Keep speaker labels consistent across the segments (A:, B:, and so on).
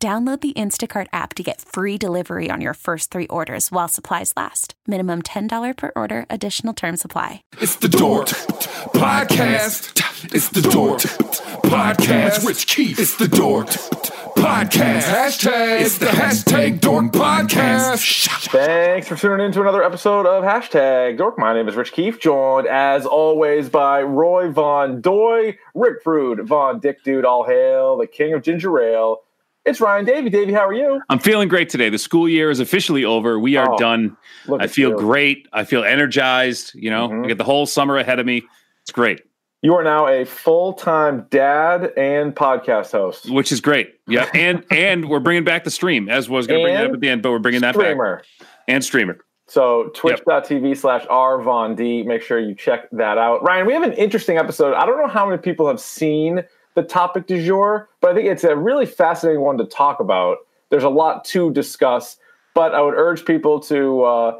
A: Download the Instacart app to get free delivery on your first three orders while supplies last. Minimum $10 per order, additional term supply.
B: It's the Dork Podcast. It's the Dork Podcast. Rich Keith. It's the Dork Podcast. Hashtag. It's the hashtag Dork Podcast.
C: Thanks for tuning in to another episode of Hashtag Dork. My name is Rich Keefe, joined as always by Roy Von Doy, Rick Prude, Von Dick Dude, all hail, the king of ginger ale. It's Ryan Davey. Davey, how are you?
D: I'm feeling great today. The school year is officially over. We are
C: Oh,
D: done.
C: Look
D: I
C: at
D: feel
C: you.
D: great. I feel energized. You know,
C: Mhm.
D: I get the whole summer ahead of me. It's great,
C: You are now a full time dad and podcast host.
D: which is great. Yeah, and and we're bringing back the stream as was going to bring that up
C: And
D: at the end, but we're bringing that back
C: Streamer.
D: and streamer.
C: So twitch.tv slash R Von D. Make sure you check that out. Ryan, we have an interesting episode. I don't know how many people have seen the topic du jour, but I think it's a really fascinating one to talk about. There's a lot to discuss, but I would urge people to uh,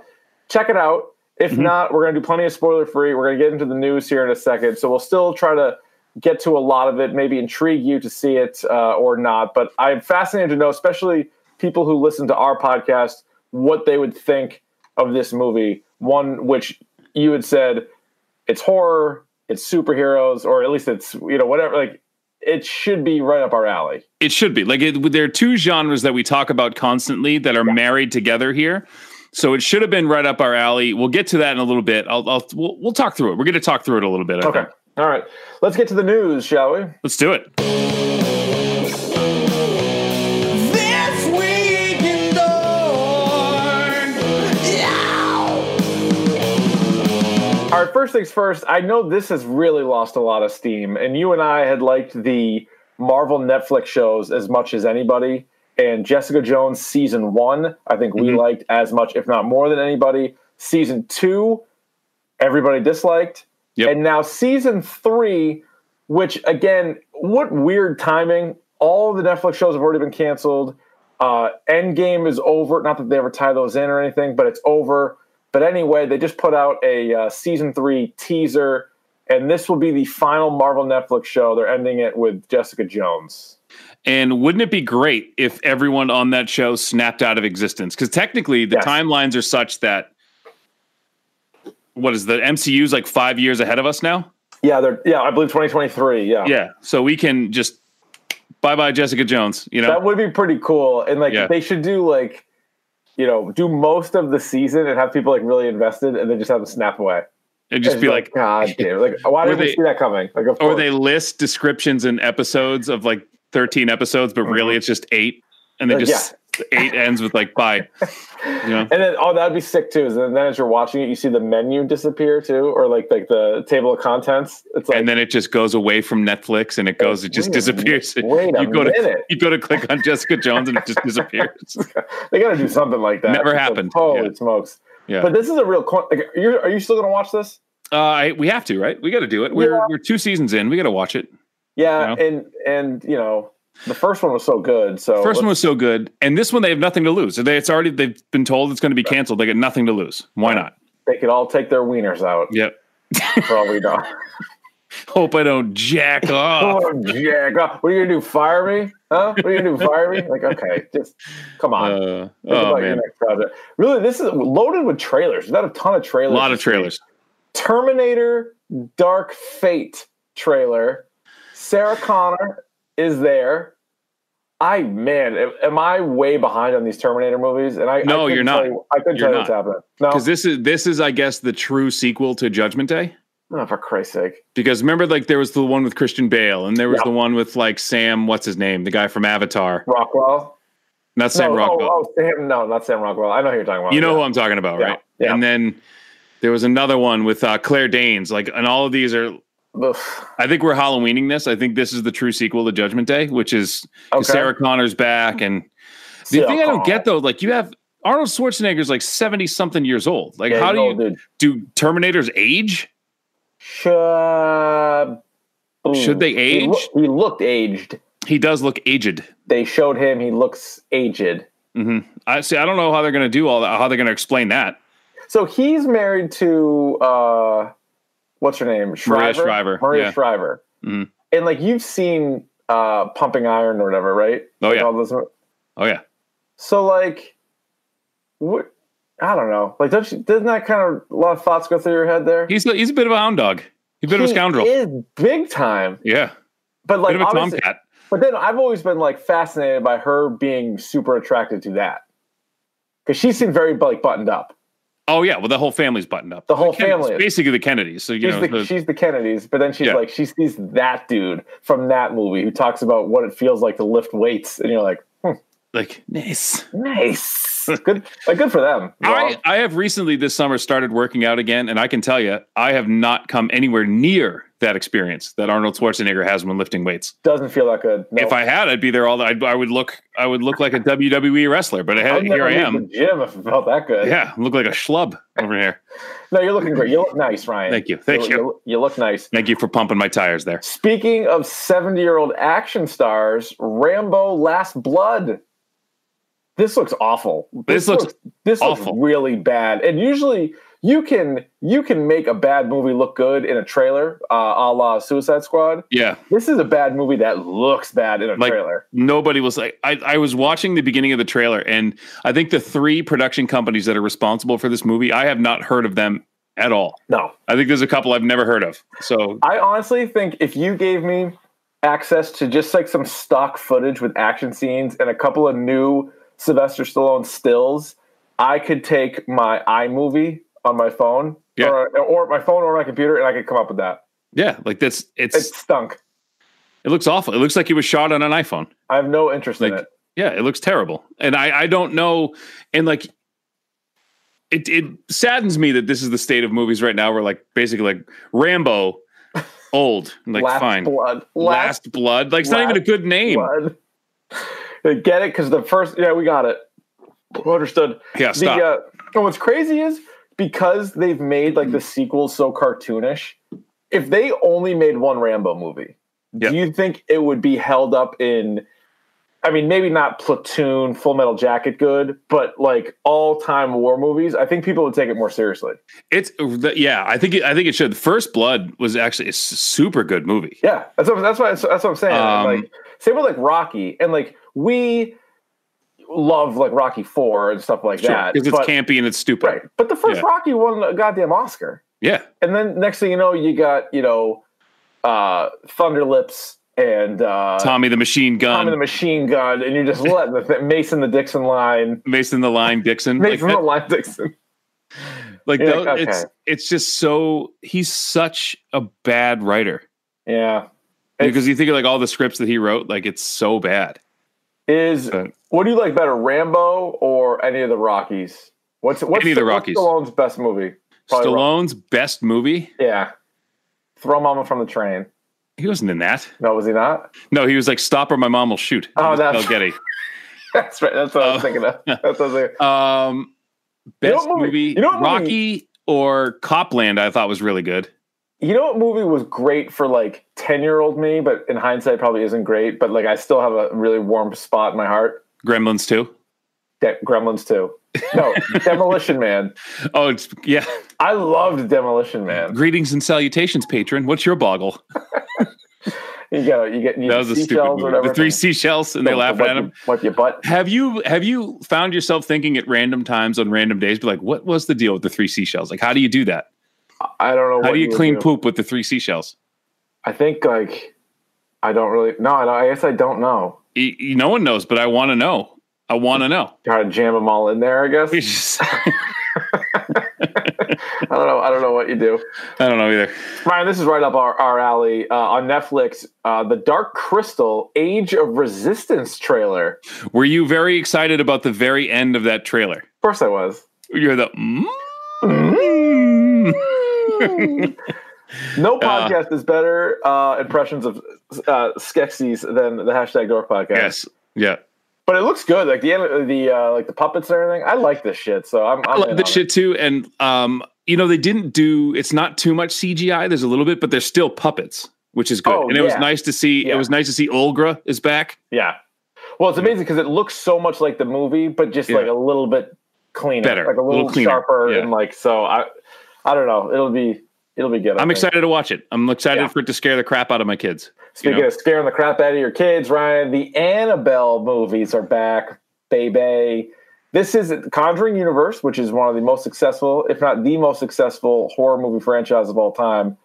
C: check it out. If not, we're going to do plenty of spoiler free. We're going to get into the news here in a second. So we'll still try to get to a lot of it, maybe intrigue you to see it uh, or not. But I'm fascinated to know, especially people who listen to our podcast, what they would think of this movie. One which you had said it's horror, it's superheroes, or at least it's you know whatever. Like it should be right up our alley.
D: It should be like it, there are two genres that we talk about constantly that are married together here. So it should have been right up our alley. We'll get to that in a little bit. I'll, I'll we'll, we'll talk through it. We're going to talk through it a little bit. I
C: Okay,
D: think.
C: all right. Let's get to the news, shall we?
D: let's do it.
E: This week in
C: All right, first things first, I know this has really lost a lot of steam, and you and I had liked the Marvel Netflix shows as much as anybody. And Jessica Jones season one, I think we liked as much, if not more than anybody. Season two, everybody disliked.
D: Yep.
C: And now season three, which again, what weird timing. All the Netflix shows have already been canceled. Uh, Endgame is over. Not that they ever tie those in or anything, but it's over. But anyway, they just put out a uh, season three teaser, and this will be the final Marvel Netflix show. They're ending it with Jessica Jones.
D: And wouldn't it be great if everyone on that show snapped out of existence? Because technically, the
C: Yes.
D: timelines are such that what is the MCU's like five years ahead of us now?
C: Yeah, they're yeah, I believe 2023. Yeah,
D: Yeah, so we can just bye bye Jessica Jones. You know,
C: that would be pretty cool. And like,
D: Yeah.
C: they should do like, you know, do most of the season and have people like really invested, and then just have them snap away.
D: and just
C: It's
D: be like,
C: God damn, it. like why
D: Or
C: did we
D: they-
C: see that coming? Like, of
D: or
C: course.
D: they list descriptions and episodes of like thirteen episodes, but really it's just eight, and they
C: Like,
D: just eight ends with like bye. You know,
C: And then, oh, that'd be sick too. Is then, then as you're watching it, you see the menu disappear too, or like like the table of contents. It's like
D: and then it just goes away from Netflix and it goes, it just
C: Wait a minute.
D: disappears.
C: Wait a
D: you go
C: minute.
D: to you go to click on Jessica Jones and it just disappears.
C: they got to do something like that.
D: Never
C: It's like,
D: happened.
C: holy
D: Yeah.
C: smokes!
D: Yeah,
C: But this is a real. Coin, like, you're, are you still gonna watch this?
D: uh, I- we have to, right? We got to do it. We're we're two seasons in. We got to watch it.
C: Yeah,
D: No.
C: and and you know the first one was so good. So
D: First one was so good, and this one they have nothing to lose. They, it's already they've been told it's going to be canceled. They got nothing to lose. Why not?
C: they could all take their wieners out.
D: Yep.
C: Probably not.
D: Hope I don't jack off.
C: oh, Jack, oh, what are you gonna do? Fire me? Huh? What are you gonna do? Fire me? Like, okay, just come on.
D: Uh,
C: Think about
D: oh
C: your
D: man,
C: next project. Really, this is loaded with trailers. There's not a ton of
D: a
C: trailers.
D: lot of trailers.
C: Terminator Dark Fate trailer. Sarah Connor is there. I man, am- am I way behind on these Terminator movies? And I I
D: No,
C: couldn't
D: you're
C: tell
D: not.
C: you- I couldn't
D: You're
C: tell you what's
D: not.
C: happening. No,
D: Because this is this is I guess the true sequel to Judgment Day.
C: oh, for Christ's sake.
D: Because remember, like there was the one with Christian Bale, and there was
C: Yeah.
D: the one with like Sam, what's his name, the guy from Avatar,
C: Rockwell.
D: not Sam
C: no,
D: Rockwell.
C: Oh, oh, Sam. No, not Sam Rockwell. I know who you're talking about.
D: you know who
C: yeah.
D: I'm talking about,
C: Yeah,
D: right?
C: yeah.
D: And then there was another one with uh, Claire Danes. Like, and all of these are.
C: Oof.
D: I think we're Halloweening this. I think this is the true sequel to Judgment Day, which is 'cause
C: Okay.
D: Sarah Connor's back and The
C: Yeah,
D: thing I don't
C: oh.
D: get though, like you have Arnold Schwarzenegger's like seventy something years old. Like
C: Yeah,
D: how do
C: he's
D: you
C: an old dude.
D: do Terminators age?
C: Should,
D: Should they
C: He, loo-
D: age?
C: he looked aged.
D: He does look aged.
C: They showed him. He looks aged.
D: hmm I see. I don't know how they're going to do all that. How they're going to explain that?
C: So he's married to uh, what's her name?
D: Maria Shriver,
C: Maria
D: yeah.
C: Shriver.
D: Mhm.
C: And like you've seen uh, Pumping Iron or whatever, right?
D: Oh,
C: Like,
D: yeah.
C: all those-
D: Oh yeah,
C: So like, what? I don't know. Like, don't you, doesn't that kind of a lot of thoughts go through your head there?
D: he's he's a bit of a hound dog. He's a bit of a
C: He
D: scoundrel.
C: Is big time.
D: yeah,
C: But like,
D: bit of a
C: obviously,
D: tomcat.
C: but then I've always been like fascinated by her being super attracted to that because she seemed very like buttoned up.
D: Oh yeah, well the whole family's buttoned up.
C: The whole
D: Ken- it's
C: family is.
D: basically the Kennedys. So you
C: She's,
D: know,
C: the,
D: the-
C: she's the Kennedys, but then she's
D: Yeah.
C: like she sees that dude from that movie who talks about what it feels like to lift weights, and you're like, hmm,
D: like nice.
C: nice, good, like good for them. you know?
D: I, I have recently this summer started working out again, and I can tell you, I have not come anywhere near that experience that Arnold Schwarzenegger has when lifting weights.
C: Doesn't feel that good. No.
D: If I had, I'd be there all. the- I'd, I would look. I would look like a WWE wrestler, but I
C: I'd
D: had, here
C: never
D: I
C: leave
D: am.
C: The gym if it felt that good.
D: Yeah, look like a schlub over here.
C: No, you're looking great. You look nice, Ryan.
D: Thank you. Thank
C: you.
D: you.
C: you look nice.
D: Thank you for pumping my tires there.
C: Speaking of 70 year old action stars, Rambo Last Blood. This looks awful.
D: This looks
C: this
D: awful.
C: looks really bad. And usually you can you can make a bad movie look good in a trailer, uh, a la Suicide Squad.
D: Yeah,
C: This is a bad movie that looks bad in a
D: Like-
C: trailer.
D: nobody was like I, I was watching the beginning of the trailer and i think the three production companies that are responsible for this movie i have not heard of them at all
C: No.
D: i think there's a couple i've never heard of so
C: I honestly think if you gave me access to just like some stock footage with action scenes and a couple of new Sylvester Stallone stills, I could take my iMovie on my phone
D: Yeah.
C: or, or my phone or my computer and I could come up with that.
D: yeah like this
C: It
D: it's
C: stunk.
D: it looks awful it looks like it was shot on an iphone
C: I have no interest in
D: Like-
C: it.
D: yeah it looks terrible and i i don't know and like it it saddens me that this is the state of movies right now where like basically like rambo old like
C: last
D: fine
C: blood. Last,
D: last, blood like it's not even a
C: Last
D: good name
C: blood. They Get it? Because the first, yeah, we got it. Understood.
D: yeah
C: The,
D: stop
C: uh, and what's crazy is because they've made like
D: Mm.
C: the sequels so cartoonish. If they only made one Rambo movie,
D: Yeah.
C: do you think it would be held up in? I mean, maybe not Platoon, Full Metal Jacket, good, but like all time war movies, I think people would take it more seriously.
D: It's uh, the- yeah, I think it, I think it should. First Blood was actually a s- super good movie.
C: Yeah, that's what, that's what that's what I'm saying.
D: Um,
C: like same with like Rocky, and like we love like Rocky Four and stuff like that.
D: because it's
C: but-
D: campy and it's stupid.
C: right? But the first
D: Yeah.
C: Rocky won a goddamn Oscar.
D: Yeah,
C: and then next thing you know, you got you know uh, Thunderlips and uh, Tommy
D: Tommy the Machine Gun,
C: the Machine Gun, and you're just letting the th- Mason the Dixon line,
D: Mason the Line Dixon. like
C: Mason
D: that-
C: the line Dixon.
D: like
C: You're
D: tho-
C: like,
D: it's
C: okay.
D: it's just so he's such a bad writer
C: Yeah, It's-
D: because you think of like all the scripts that he wrote, like it's so bad.
C: is
D: But-
C: what do you like better, Rambo or any of the Rockies? What's what's,
D: Any of the
C: what's
D: Rockies.
C: Stallone's best movie? Probably Rocky.
D: Stallone's best movie.
C: Yeah, Throw Mama from the Train.
D: He wasn't in that.
C: No, was he not?
D: No, he was like "Stop or my mom will shoot."
C: Oh,
D: He was
C: that's-
D: Mel Getty.
C: That's right. That's what I was
D: Oh.
C: thinking of. That's what I was thinking.
D: Um,
C: You know what
D: best
C: movie-
D: movie,
C: you know what
D: Rocky
C: movie-
D: or Copland. I thought was really good.
C: You know what movie was great for like 10 year old me, but in hindsight probably isn't great, but like I still have a really warm spot in my heart?
D: Gremlins too.
C: De- Gremlins 2. No, Demolition Man.
D: Oh, it's, yeah.
C: I loved Demolition Man.
D: Greetings and salutations, patron. What's your boggle?
C: You got you get you
D: That was a stupid
C: seashells or
D: movie.
C: whatever.
D: The three seashells, and they laughed at him.
C: Wipe your butt.
D: Have you have you found yourself thinking at random times on random days, be like, what was the deal with the three seashells? Like, how do you do that?
C: I don't know.
D: How
C: what
D: do you
C: would
D: clean poop with the three seashells?
C: I think like I don't really. No, I, don't, I guess I don't know.
D: E- e- no one knows, but I want to know. I want to know.
C: Try to jam them all in there. I
D: It's
C: guess
D: just-
C: I don't know. I don't know what you do.
D: I don't know either.
C: Ryan, this is right up our, our alley uh, on Netflix. Uh, the Dark Crystal Age of Resistance trailer.
D: Were you very excited about the very end of that trailer?
C: Of course, I was.
D: You're the. mm?
C: Mm. No podcast is better uh, impressions of uh, Skeksis than the hashtag Dork podcast.
D: yes. Yeah.
C: But it looks good, like the anim- the uh, like the puppets and everything. I like this shit, so I'm. I'm
D: I
C: in
D: love this
C: on it.
D: shit too. And um, you know, they didn't do it's not too much CGI. There's a little bit, but they're still puppets, which is good.
C: Oh,
D: and it was
C: yeah.
D: nice to see.
C: Yeah.
D: It was nice to see Olgra is back.
C: Yeah. Well, it's amazing because it looks so much like the movie, but just like a
D: Yeah.
C: little bit cleaner,
D: Better.
C: like a
D: A little
C: little,
D: cleaner.
C: sharper,
D: Yeah.
C: and like so. I, I don't know. It'll be, it'll be good. I
D: I'm
C: think.
D: excited to watch it. I'm excited
C: Yeah.
D: for it to scare the crap out of my kids.
C: Speaking
D: know.
C: of scaring the crap out of your kids, Ryan, the Annabelle movies are back, baby. This is Conjuring Universe, which is one of the most successful, if not the most successful, horror movie franchise of all time.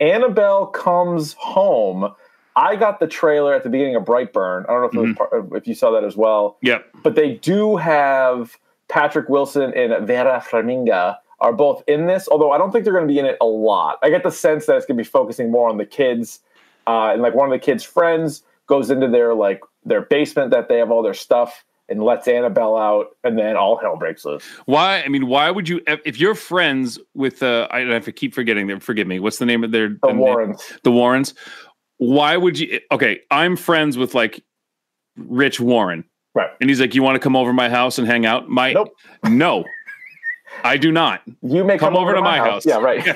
C: Annabelle comes home. I got the trailer at the beginning of Brightburn. I don't know if, it was part, if you saw that as well
D: Yep.
C: but they do have Patrick Wilson and Vera Farminga are both in this. Although I don't think they're going to be in it a lot. I get the sense that it's going to be focusing more on the kids, uh, and like one of the kids' friends goes into their like their basement that they have all their stuff and lets Annabelle out, and then all hell breaks loose.
D: Why? I mean, why would you? If if you're friends with, uh, I, I keep forgetting them. Forgive me. What's the name of their
C: The
D: their-
C: Warrens.
D: the Warrens? Why would you? Okay, I'm friends with like Rich Warren,
C: Right.
D: and he's like, "You want to come over to my house and hang out?" My
C: Nope.
D: no, I do not.
C: You may come, over to my house. Yeah, right.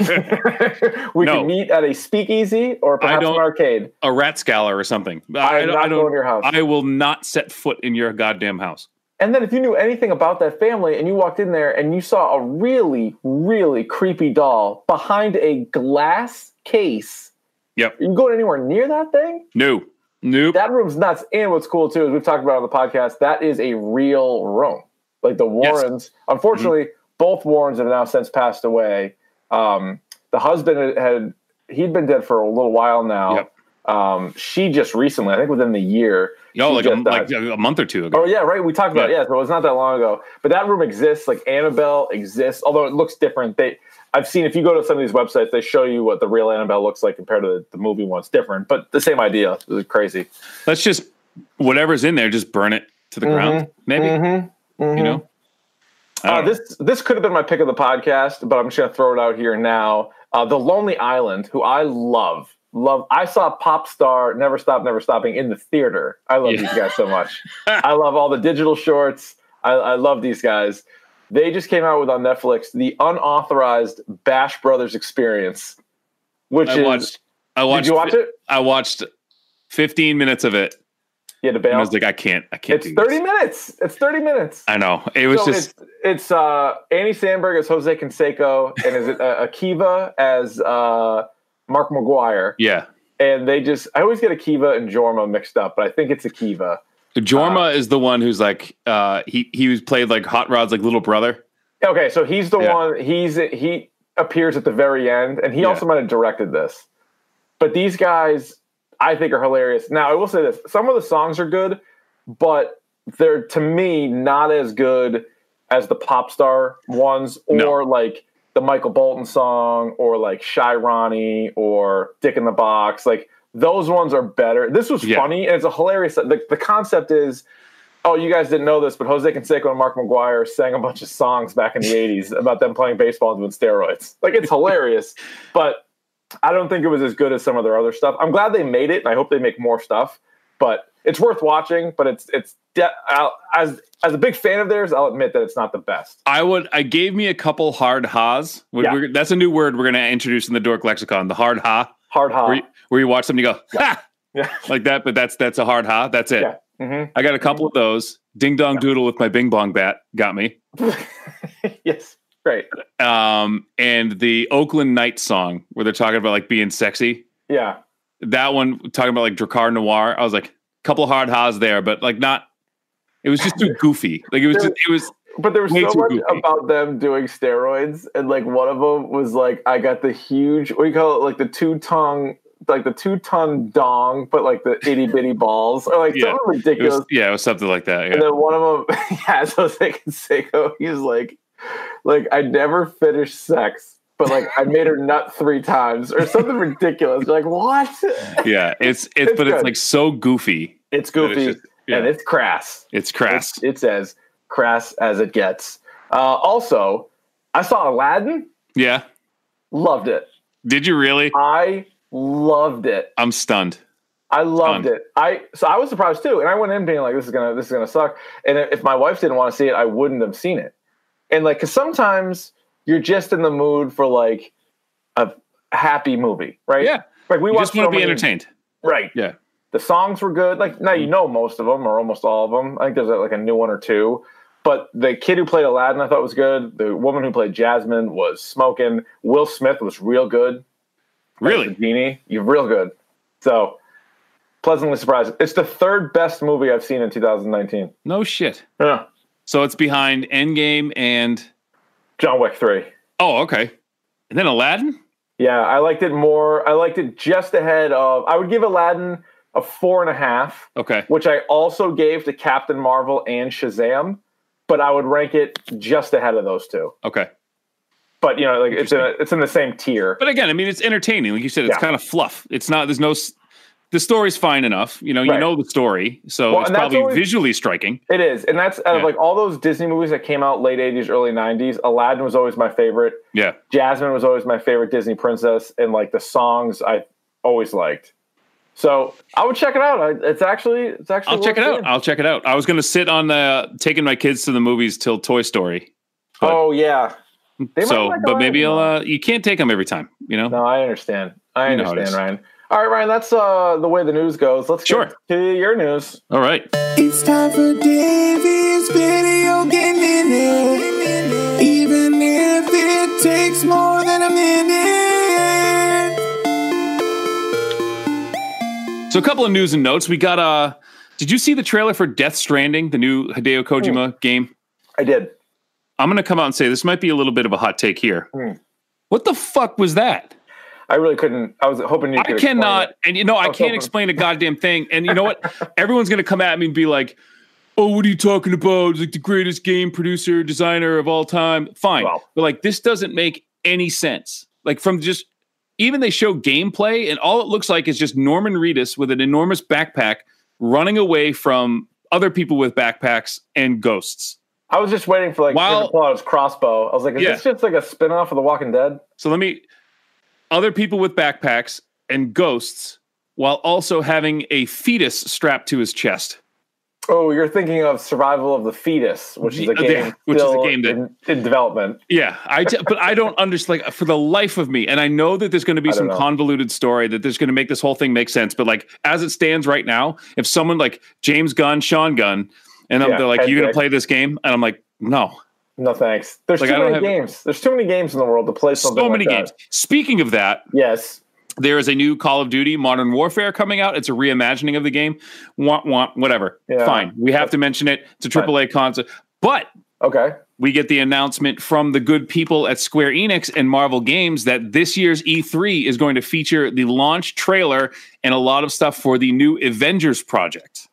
C: we
D: No.
C: can meet at a speakeasy or perhaps an
D: don't-
C: arcade.
D: A rat scaller or something.
C: I, am
D: don't-
C: not
D: don't-
C: going to your house.
D: I will not set foot in your goddamn house.
C: And then if you knew anything about that family and you walked in there and you saw a really, really creepy doll behind a glass case,
D: Yep.
C: you going anywhere near that thing?
D: No. Nope.
C: That room's nuts. And what's cool too is we've talked about it on the podcast, that is a real room. Like the
D: Yes. Mm-hmm.
C: Warrens, unfortunately, both Warrens have now since passed away. Um, the husband had he'd been dead for a little while now.
D: Yep.
C: Um, she just recently, I think within the year,
D: Yo,
C: she
D: like a,
C: just died.
D: like a month or two ago.
C: Oh yeah, right. We talked about it.
D: Yeah.
C: yeah. So it's not that long ago. But that room exists. Like Annabelle exists, although it looks different. They, I've seen if you go to some of these websites, they show you what the real Annabelle looks like compared to the, the movie one. It's different, but the same idea. It was crazy.
D: Let's just whatever's in there, just burn it to the ground. Maybe
C: Mm-hmm.
D: you know. I
C: Uh,
D: don't
C: Mm-hmm.
D: know.
C: this this could have been my pick of the podcast, but I'm just gonna throw it out here now. Uh, the Lonely Island, who I love, love. I saw pop star Never Stop Never Stopping in the theater. I love
D: Yeah.
C: these guys so much. I love all the digital shorts. I, I love these guys. They just came out with on Netflix the unauthorized Bash Brothers Experience, which
D: I
C: is
D: watched. I watched.
C: did you watch it?
D: I watched 15 minutes of it,
C: You had to
D: and I
C: bail.
D: was like, I can't. I can't.
C: It's
D: do
C: 30
D: This.
C: minutes. It's 30 minutes.
D: I know. It was
C: so
D: just.
C: it's it's uh, Annie Sandberg as Jose Canseco, and is it uh, Akiva as uh, Mark McGuire?
D: Yeah.
C: And they just I always get Akiva and Jorma mixed up, but I think it's Akiva.
D: Jorma
C: Uh.
D: is the one who's like. uh He he was played like Hot Rod's like little brother.
C: Okay, so he's the
D: Yeah.
C: one. He's he appears at the very end, and he
D: Yeah.
C: also might have directed this. But these guys, I think, are hilarious. Now, I will say this: some of the songs are good, but they're to me not as good as the pop star ones,
D: No.
C: or like the Michael Bolton song, or like Shy Ronnie, or Dick in the Box. Like those ones are better. This was
D: Yeah.
C: funny, and it's a hilarious. The, the concept is oh, you guys didn't know this, but Jose Canseco and Mark McGuire sang a bunch of songs back in the 80s about them playing baseball and doing steroids. Like, it's hilarious. But I don't think it was as good as some of their other stuff. I'm glad they made it, and I hope they make more stuff. But it's worth watching. But it's it's de- I'll, as as a big fan of theirs, I'll admit that it's not the best.
D: I would. I gave me a couple hard ha's. We-
C: Yeah.
D: we're- that's a new word we're going to introduce in the Dork Lexicon. The hard ha,
C: Hard ha.
D: where, you, where you watch something, you go ha,
C: Uh-huh. Yeah.
D: like that. But that's that's a hard ha. That's it.
C: Yeah. Mhm.
D: I got a couple of those. Ding dong doodle with my bing bong bat got me.
C: yes, great.
D: Um, and the Oakland Night song where they're talking about like being sexy.
C: Yeah,
D: that one talking about like Dracar Noir, I was like, couple hard ha's there, but like not. It was just too goofy. Like it was just it was
C: but there was
D: Way
C: so
D: too
C: much
D: goofy.
C: about them doing steroids, and like one of them was like, I got the huge, what do you call it, like the two tongue, like the two ton dong, but like the itty bitty balls, or like
D: Yeah.
C: something
D: it was
C: ridiculous.
D: yeah, it was something like that.
C: And
D: Yeah.
C: then one of them, yeah, so it's like Seiko, he's like, like I never finished sex, but like I made her nut three times or something ridiculous. You're like what?
D: Yeah. It's it's,
C: It's
D: but it's
C: good.
D: like so goofy.
C: It's
D: that it's
C: goofy
D: just- yeah,
C: and
D: it's,
C: it's crass.
D: crass.
C: It's as crass as it gets. Uh, also, I saw Aladdin,
D: yeah.
C: loved it.
D: Did you really?
C: I loved it.
D: I'm stunned.
C: I loved
D: Fun.
C: it. I so I was surprised too, and I went in being like, "This is gonna, this is gonna suck." And if my wife didn't want to see it, I wouldn't have seen it. And like, because sometimes you're just in the mood for like a happy movie, right?
D: Yeah.
C: Like we
D: You
C: watched
D: just want
C: so
D: to be
C: many-
D: entertained.
C: right?
D: Yeah. Mm-hmm.
C: The songs were good. Like now you know most of them or almost all of them. I think there's like a new one or two. But the kid who played Aladdin I thought was good. The woman who played Jasmine was smoking. Will Smith was real good. The
D: Really?
C: genie, you're real good. So pleasantly surprised. It's the third best movie I've seen in 2019.
D: No shit.
C: Yeah.
D: So it's behind Endgame and
C: John Wick 3.
D: oh, okay. And then Aladdin.
C: Yeah, I liked it more. I liked it just ahead of I would give Aladdin a four and a half.
D: Okay.
C: which I also gave to Captain Marvel and Shazam, but I would rank it just ahead of those two.
D: Okay.
C: But you know, like it's in a, it's in the same tier.
D: But again, I mean, it's entertaining. Like you said, it's
C: Yeah.
D: kind of fluff. It's not. There's no. s- The story's fine enough. You know. You
C: Right.
D: know the story, so
C: Well,
D: it's
C: and that's
D: probably
C: always-
D: visually striking.
C: It is, and that's out of
D: Yeah.
C: like all those Disney movies that came out late '80s, early '90s. Aladdin was always my favorite.
D: Yeah.
C: Jasmine was always my favorite Disney princess, and like the songs I always liked. So I would check it out. I, it's actually it's actually.
D: I'll check it
C: worth
D: out.
C: seeing.
D: I'll check it out. I was going to sit on the taking my kids to the movies till Toy Story. but-
C: oh yeah. They might
D: so,
C: like
D: but
C: Aladdin,
D: maybe I'll,
C: though.
D: uh, you can't take them every time. You know.
C: No, I understand. I
D: You know how it
C: understand,
D: is.
C: Ryan. All right, Ryan. That's uh, the way the news goes. Let's
D: Sure.
C: get to your news.
D: All right.
E: It's time for Davey's video game minute. Even if it takes more than a minute.
D: So a couple of news and notes. We got uh did you see the trailer for Death Stranding, the new Hideo Kojima game?
C: I did.
D: I'm gonna come out and say this might be a little bit of a hot take here. What the fuck was that?
C: I really couldn't. I was hoping you.
D: I
C: Could explain
D: cannot,
C: it.
D: and you know, I
C: Oh,
D: can't
C: go.
D: explain a goddamn thing. And you know what? Everyone's gonna come at me and be like, "Oh, what are you talking about? It's like the greatest game producer, designer of all time." Fine,
C: Well-
D: but like this doesn't make any sense. Like from just even they show gameplay, and all it looks like is just Norman Reedus with an enormous backpack running away from other people with backpacks and ghosts.
C: I was just waiting for like
D: While-
C: him to pull out his crossbow. I was like, is
D: Yeah.
C: this just like a spin-off of The Walking Dead?
D: So let me other people with backpacks and ghosts while also having a fetus strapped to his chest.
C: Oh, you're thinking of Survival of the Fetus, which is
D: Yeah,
C: a game,
D: which is a
C: still
D: game that-
C: in, in development.
D: Yeah, I t- but I don't understand like for the life of me. And I know that there's going to be
C: don't
D: some
C: know.
D: convoluted story that there's going to make this whole thing make sense. But like as it stands right now, if someone like James Gunn, Sean Gunn, and I'm
C: Yeah,
D: they're like,
C: Ted
D: "You going to
C: Dick.
D: play this game?" and I'm like, "No."
C: No thanks. There's
D: Like, I
C: too
D: don't
C: many
D: have-
C: games. There's too many games in the world to play. Something
D: so
C: like uh,
D: many
C: that.
D: games. Speaking of that,
C: Yes.
D: there is a new Call of Duty Modern Warfare coming out. It's a reimagining of the game. Want want whatever.
C: Yeah.
D: Fine, we have to mention it. It's a
C: Fine.
D: AAA console, but
C: Okay.
D: we get the announcement from the good people at Square Enix and Marvel Games that this year's E3 is going to feature the launch trailer and a lot of stuff for the new Avengers project.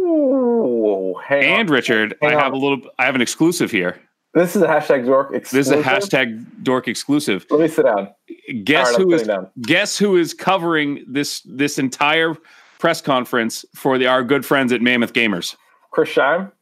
C: Ooh. Hang on.
D: And Richard, I
C: Hang
D: have a
C: on.
D: little I have an exclusive here.
C: This is a hashtag dork
D: This
C: exclusive.
D: is a hashtag dork exclusive.
C: Let me sit down.
D: Guess
C: All right, I'm
D: who is
C: sitting down.
D: guess who is covering this this entire press conference for the our good friends at Mammoth Gamers?
C: Chris Scheim?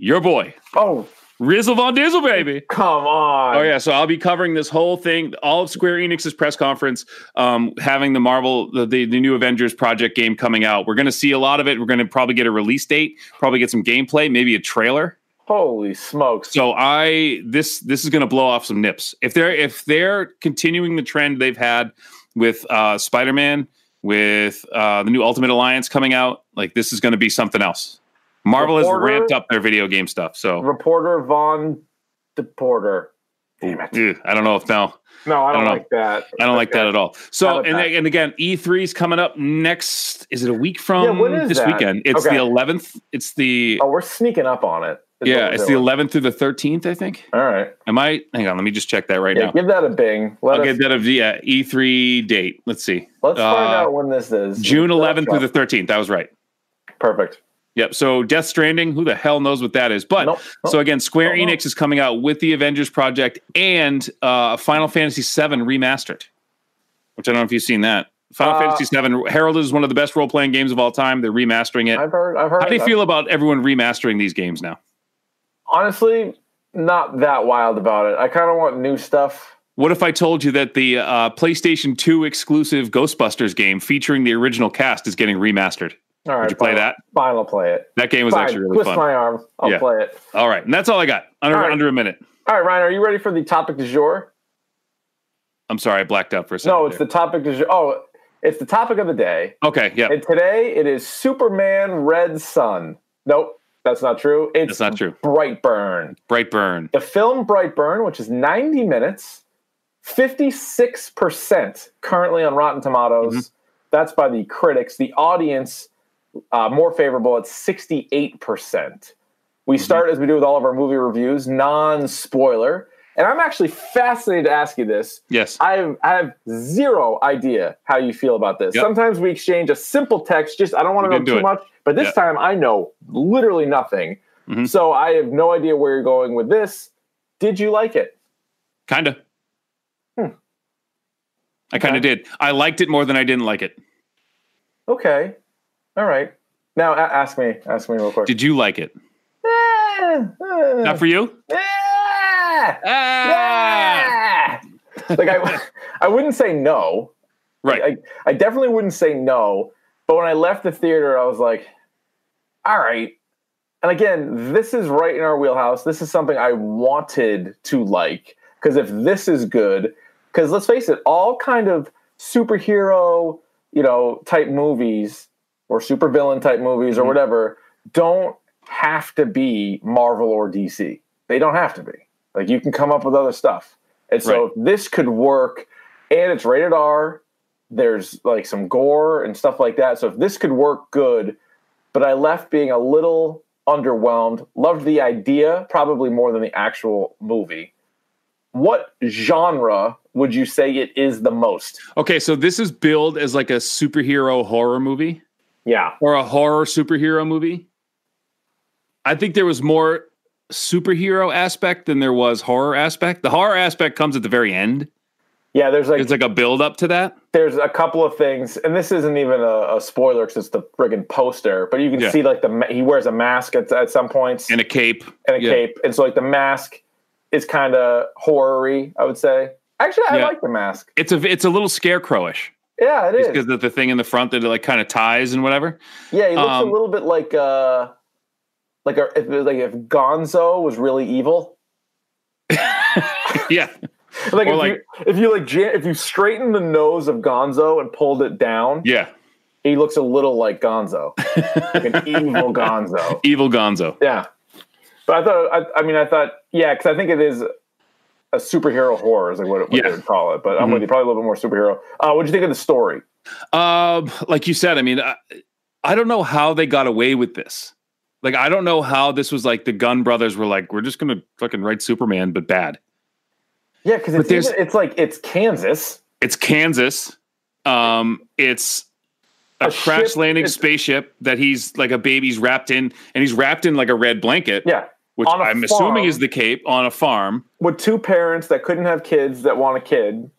D: Your boy,
C: Oh,
D: Rizzle Von Dizzle, baby.
C: come on.
D: Oh yeah, so I'll be covering this whole thing, all of Square Enix's press conference, um, having the Marvel, the, the the new Avengers project game coming out. We're gonna see a lot of it. We're gonna probably get a release date, probably get some gameplay, maybe a trailer.
C: Holy smokes.
D: So I this this is gonna blow off some nips. If they're if they're continuing the trend they've had with uh, Spider Man, with uh, the new Ultimate Alliance coming out, like this is gonna be something else. Marvel has
C: Reporter-
D: ramped up their video game stuff, so
C: Reporter Von DePorter. Damn it.
D: Ugh, I don't know if now.
C: No, I don't,
D: know.
C: like that.
D: I don't like that at all.
C: How
D: So,
C: about
D: and,
C: that?
D: and again, E3 is coming up next. Is it a week from
C: Yeah, when is
D: this
C: that?
D: weekend? It's
C: Okay.
D: the 11th. It's the,
C: Oh, we're sneaking up on it. is
D: yeah,
C: what we're
D: it's the
C: doing.
D: 11th through the 13th, I think.
C: All right.
D: Am I, hang on, let me just check that right
C: Yeah,
D: now.
C: give that a bing. Let
D: I'll
C: us,
D: get that of the yeah, E3 date. Let's see.
C: let's find
D: uh,
C: out when this is.
D: June 11th through the
C: the
D: 13th. That was right.
C: perfect.
D: Yep. So Death Stranding, who the hell knows what that is? But
C: Nope.
D: so again, Square
C: Don't know.
D: Enix is coming out with the Avengers project and uh, Final Fantasy VII remastered, which I don't know if you've seen that. Final
C: Uh,
D: Fantasy VII heralded as one of the best role playing games of all time. They're remastering it.
C: I've heard. I've heard.
D: How do you
C: I've-
D: feel about everyone remastering these games now?
C: Honestly, not that wild about it. I kind of want new stuff.
D: What if I told you that the uh, PlayStation 2 exclusive Ghostbusters game featuring the original cast is getting remastered?
C: All right,
D: Would you play
C: fine.
D: that?
C: Fine, I'll play it.
D: That game was
C: Fine,
D: actually really
C: twist
D: fun.
C: my arm. I'll
D: Yeah.
C: play it.
D: All right, and that's all I got. Under
C: All right.
D: under a minute.
C: All right, Ryan, are you ready for the topic du jour?
D: I'm sorry, I blacked out for a second.
C: No, it's the topic du jour. Oh, it's the topic of the day.
D: the okay. Yeah,
C: And today it is Superman Red Sun. Nope, that's not true. It's
D: that's not true.
C: Brightburn.
D: Brightburn.
C: The film Brightburn, which is 90 minutes, 56% currently on Rotten Tomatoes.
D: Mm-hmm.
C: That's by the critics. The audience, uh, more favorable at 68%. We
D: Mm-hmm.
C: start as we do with all of our movie reviews, non spoiler. And I'm actually fascinated to ask you this.
D: Yes.
C: I have, I have zero idea how you feel about this.
D: Yep.
C: Sometimes we exchange a simple text, just I don't want
D: We
C: to know
D: can do
C: too
D: it.
C: much, but this
D: Yeah. Mm-hmm.
C: time I know literally nothing. So I have no idea where you're going with this. Did you like it?
D: Kinda.
C: Hmm.
D: I kind of did. I liked it more than I didn't like it.
C: Okay. All right. Now a- ask me. Ask me real quick.
D: Did you like it?
C: Eh, eh,
D: Not for you.
C: eh,
D: Ah!
C: eh. like I, I wouldn't say no.
D: Right.
C: I, I definitely wouldn't say no. But when I left the theater, I was like, all right. And again, this is right in our wheelhouse. This is something I wanted to like. Because if this is good, because let's face it, all kind of superhero, you know, type movies or supervillain type movies
D: Mm-hmm.
C: or whatever don't have to be Marvel or DC. They don't have to be. Like you can come up with other stuff. And so
D: Right.
C: if this could work and it's rated R, there's like some gore and stuff like that. So if this could work good, but I left being a little underwhelmed. Loved the idea probably more than the actual movie. What genre would you say it is the most?
D: Okay, so this is billed as like a superhero horror movie
C: Yeah.
D: or a horror superhero movie. I think there was more superhero aspect than there was horror aspect. The horror aspect comes at the very end.
C: Yeah, there's like,
D: It's like a build up to that.
C: there's a couple of things, and this isn't even a, a spoiler because it's the friggin' poster, but you can
D: Yeah.
C: see like the ma- he wears a mask at, at some points
D: And a cape.
C: and a
D: Yeah.
C: cape, and so like the mask is kind of horror-y, I would say. Actually, I
D: Yeah.
C: like the mask.
D: It's a it's a little scarecrowish
C: Yeah, it is.
D: because of the thing in the front that it like kind of ties and whatever.
C: Yeah, he looks
D: Um,
C: a little bit like uh like a, if, like if Gonzo was really evil.
D: Yeah.
C: Like,
D: Or
C: if,
D: like-
C: you, if you like jam, if you straighten the nose of Gonzo and pulled it down,
D: Yeah.
C: he looks a little like Gonzo, like an evil Gonzo.
D: Evil Gonzo.
C: Yeah, but I thought I, I mean I thought yeah because I think it is a superhero horror is like what, what
D: Yeah.
C: they would call it. But I'm with you, probably a little bit more superhero. Uh, what do you think of the story?
D: Um, like you said, I mean, I, I don't know how they got away with this. Like, I don't know how this was like the Gun Brothers were like, we're just gonna fucking write Superman, but bad.
C: Yeah, because
D: But
C: it's,
D: there's-
C: even- it's like it's Kansas.
D: It's Kansas. Um, it's a,
C: A
D: crash
C: ship
D: landing
C: is-
D: spaceship that he's like a baby's wrapped in, and he's wrapped in like a red blanket,
C: Yeah,
D: which
C: on a
D: I'm assuming is
C: farm.
D: the cape on a farm.
C: with two parents that couldn't have kids that want a kid.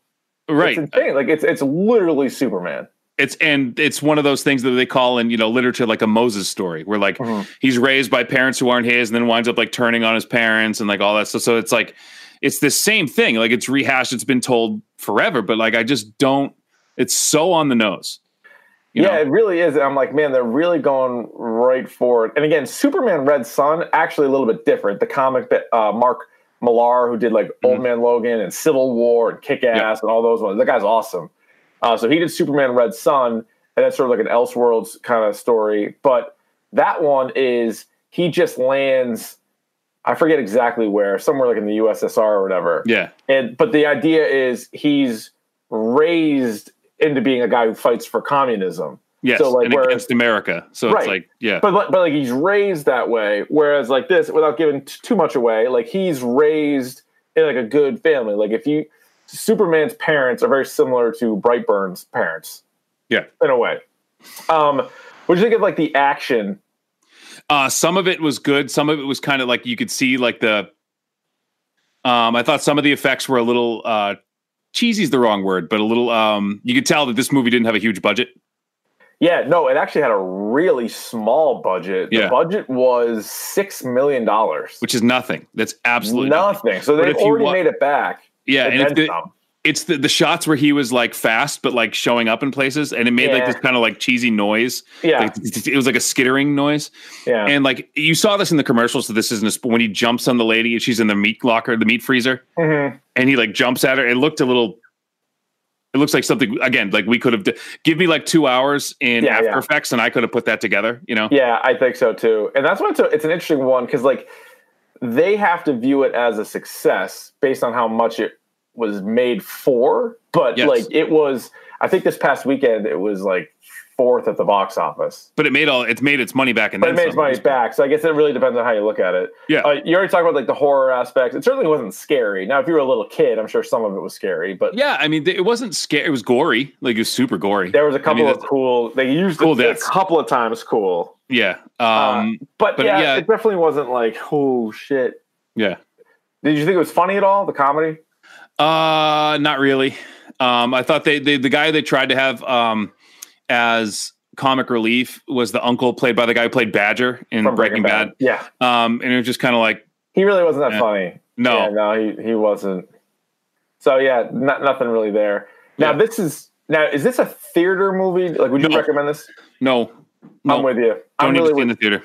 D: Right.
C: It's insane. Like it's it's literally Superman.
D: it's and it's one of those things that they call in you know literature like a Moses story, where like
C: Uh-huh.
D: he's raised by parents who aren't his, and then winds up like turning on his parents and like all that stuff. So it's like it's the same thing. Like it's rehashed. It's been told forever, but like I just don't. It's so on the nose. You
C: yeah,
D: know?
C: it really is. And I'm like, man, they're really going right for it. And again, Superman Red Sun actually a little bit different. The comic that uh, Mark Millar, who did like
D: Mm-hmm.
C: Old Man Logan and Civil War and Kick Ass and all those ones, that guy's awesome. Uh, so he did Superman Red Sun, and that's sort of like an Elseworlds kind of story. But that one is he just lands. I forget exactly where, somewhere like in the USSR or whatever.
D: yeah,
C: and but the idea is he's raised into being a guy who fights for communism
D: yes,
C: So, like,
D: and
C: whereas-
D: against America. So
C: Right.
D: it's like yeah,
C: but like- but like he's raised that way whereas like this without giving t- too much away like he's raised in like a good family like if you superman's parents are very similar to brightburn's parents
D: yeah.
C: in a way um what do you think of like the action
D: Uh, some of it was good. Some of it was kind of like you could see like the. Um, I thought some of the effects were a little uh, cheesy is the wrong word, but a little. Um, you could tell that this movie didn't have a huge budget.
C: yeah no it actually had a really small budget the
D: Yeah.
C: budget was six million dollars
D: which is nothing. That's absolutely nothing.
C: nothing so
D: But
C: they've
D: if you
C: already
D: wa-
C: made it back
D: yeah,
C: and
D: and it's
C: then
D: the,
C: some.
D: it's the, the shots where he was like fast, but like showing up in places, and it made like
C: Yeah.
D: this kind of like cheesy noise.
C: Yeah.
D: Like, it was like a skittering noise,
C: Yeah.
D: and like you saw this in the commercials. So this isn't a, sp- when he jumps on the lady, and she's in the meat locker, the meat freezer,
C: Mhm.
D: and he like jumps at her. It looked a little. It looks like something again. Like we could have d- give me like two hours in
C: Yeah,
D: After
C: yeah.
D: Effects, and I could have put that together. You know,
C: Yeah, I think so too. And that's why it's, a, it's an interesting one because like they have to view it as a success based on how much it was made for. But
D: Yes.
C: like it was, I think this past weekend it was like fourth at the box office.
D: but it made all it made its money back, and
C: But it
D: then
C: made its
D: some.
C: money back, so I guess it really depends on how you look at it.
D: Yeah.
C: uh, you already talked about like the horror aspects. It certainly wasn't scary. Now, if you were a little kid, I'm sure some of it was scary, but
D: Yeah, I mean, th- it wasn't scary. It was gory. Like it was super gory.
C: there was a couple of
D: that's-
C: cool. They used
D: Cool
C: it a
D: deaths.
C: couple of times. Cool,
D: yeah. Um,
C: but,
D: But,
C: yeah,
D: yeah.
C: it definitely wasn't like oh shit.
D: yeah.
C: Did you think it was funny at all? The comedy?
D: Uh, not really. Um, I thought they, they the guy they tried to have um as comic relief was the uncle played by the guy who played Badger in
C: from
D: Breaking, Bad.
C: Yeah,
D: Um, and it was just kind of like
C: he really wasn't that
D: Yeah.
C: funny.
D: no,
C: yeah, no, he he wasn't. So yeah, not nothing really there. Now
D: Yeah.
C: this is now is this a theater movie? Like, would you
D: No.
C: recommend this?
D: no, no.
C: I'm with you.
D: don't
C: I'm
D: need to
C: really
D: see in
C: with,
D: the theater.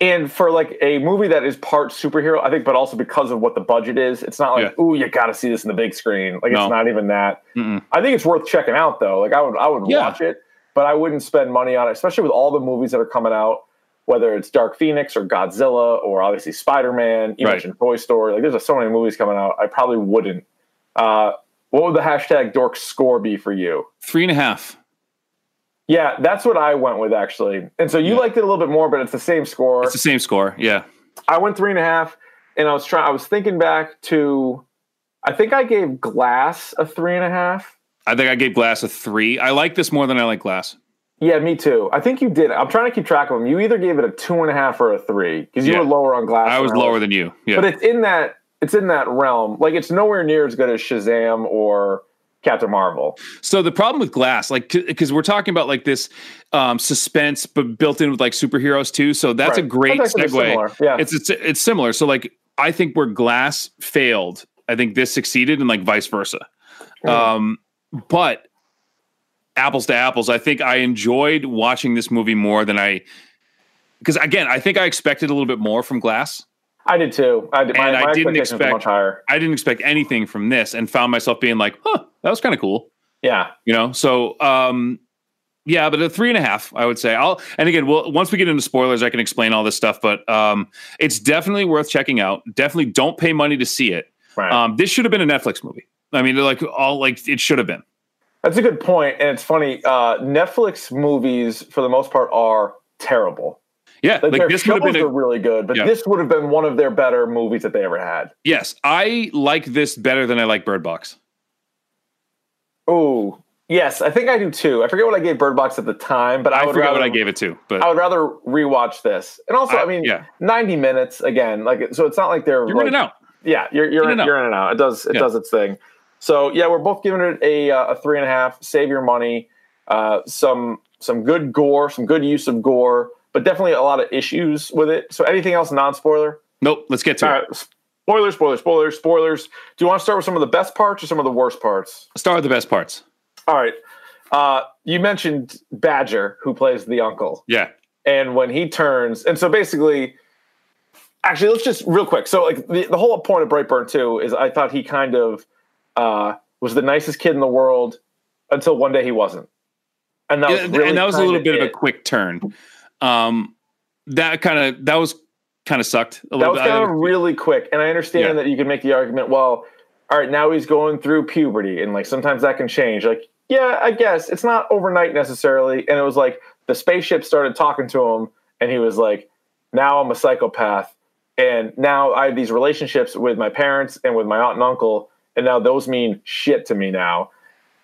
C: and for like a movie that is part superhero, I think, but also because of what the budget is, it's not like ooh, you got to see this in the big screen. Like,
D: No.
C: it's not even that.
D: Mm-mm.
C: I think it's worth checking out though. Like, I would I would
D: Yeah.
C: watch it, but I wouldn't spend money on it, especially with all the movies that are coming out. Whether it's Dark Phoenix or Godzilla or obviously Spider Man, you
D: Right.
C: mentioned Toy Story. Like, there's so many movies coming out. I probably wouldn't. Uh, what would the hashtag dork score be for you?
D: Three and a half.
C: Yeah, that's what I went with actually. And so you liked it a little bit more, but it's the same score.
D: It's the same score. Yeah.
C: I went three and a half, and I was trying. I was thinking back to, I think I gave Glass a three and a half.
D: I think I gave Glass a three. I like this more than I like Glass.
C: Yeah, me too. I think you did. I'm trying to keep track of them. You either gave it a two and a half or a three because you
D: Yeah.
C: were lower on Glass.
D: I was lower than you. Yeah.
C: But it's in that it's in that realm. Like it's nowhere near as good as Shazam or Captain Marvel.
D: So the problem with Glass, like, because we're talking about like this um, suspense, but built in with like superheroes too. So that's a
C: Right.
D: great
C: That's actually
D: segue.
C: similar, yeah.
D: It's, it's it's similar. So like, I think where Glass failed, I think this succeeded, and like vice versa. Um, but apples to apples, I think I enjoyed watching this movie more than I. Because again, I think I expected a little bit more from Glass.
C: I did too. I did.
D: And I
C: expectations
D: didn't
C: were
D: expect-
C: much higher.
D: I didn't expect anything from this, and found myself being like, "Huh, that was kind of cool."
C: Yeah,
D: you know so um yeah but a three and a half i would say i'll and again we'll once we get into spoilers i can explain all this stuff but um it's definitely worth checking out definitely don't pay money to see it
C: right.
D: um this should have been a netflix movie i mean like all like it should have been
C: That's a good point, and it's funny. Uh, Netflix movies, for the most part, are terrible.
D: yeah
C: Like,
D: like
C: their
D: this
C: shows
D: would have been
C: are
D: a,
C: really good, but
D: Yeah.
C: this would have been one of their better movies that they ever had.
D: yes i like this better than i like bird box
C: Oh, yes, I think I do too. I forget what I gave Bird Box at the time, but I,
D: i,
C: would
D: forgot
C: rather,
D: what i gave it to but
C: I would rather rewatch this, and also, I,
D: I-
C: mean,
D: yeah.
C: ninety minutes again. Like, so it's not like they're
D: you're
C: like,
D: running out
C: Yeah, you're you're
D: In
C: in,
D: and out.
C: you're in and out. It does it
D: Yeah.
C: does its thing. So yeah, we're both giving it a uh, a three and a half. Save your money. Uh, some some good gore, some good use of gore, but definitely a lot of issues with it. So anything else non spoiler?
D: nope let's get to
C: All
D: it
C: right. Spoilers, spoilers, spoilers, spoilers. Do you want to start with some of the best parts or some of the worst parts?
D: start with the best parts
C: All right. Uh, you mentioned Badger, who plays the uncle.
D: yeah
C: And when he turns, and so basically, actually, let's just real quick. So, like, the, the whole point of Brightburn, too, is I thought he kind of uh, was the nicest kid in the world until one day he wasn't. And that
D: Yeah,
C: was,
D: and-
C: really
D: and that was a
C: kinda
D: little bit of a
C: it.
D: quick turn. Um, that kind of that was kind of sucked a
C: that
D: little
C: was
D: bit.
C: kind of really quick and i understand
D: Yeah.
C: that you can make the argument well all right now he's going through puberty and like sometimes that can change like yeah i guess it's not overnight necessarily and it was like the spaceship started talking to him and he was like now i'm a psychopath and now i have these relationships with my parents and with my aunt and uncle and now those mean shit to me now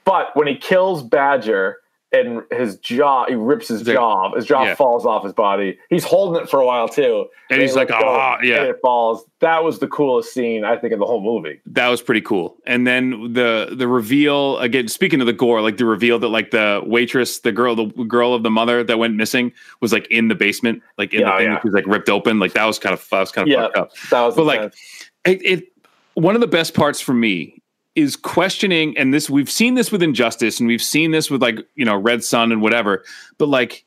C: but when he kills badger and his jaw he rips his
D: They-
C: jaw his jaw
D: yeah.
C: falls off his body he's holding it for a while too
D: And
C: they
D: he's like,
C: let go,
D: "Ah," yeah.
C: and it falls. That was the coolest scene I think in the whole movie.
D: that was pretty cool. And then the the reveal again. Speaking of the gore, like the reveal that like the waitress, the girl, the girl of the mother that went missing was like in the basement, like in
C: Yeah,
D: the thing
C: yeah.
D: that was like ripped open. Like that was kind of that was kind of
C: Yeah,
D: fucked up.
C: that was
D: But like
C: intense.
D: it, it, one of the best parts for me is questioning, and this we've seen this with Injustice, and we've seen this with like you know Red Sun and whatever, but like,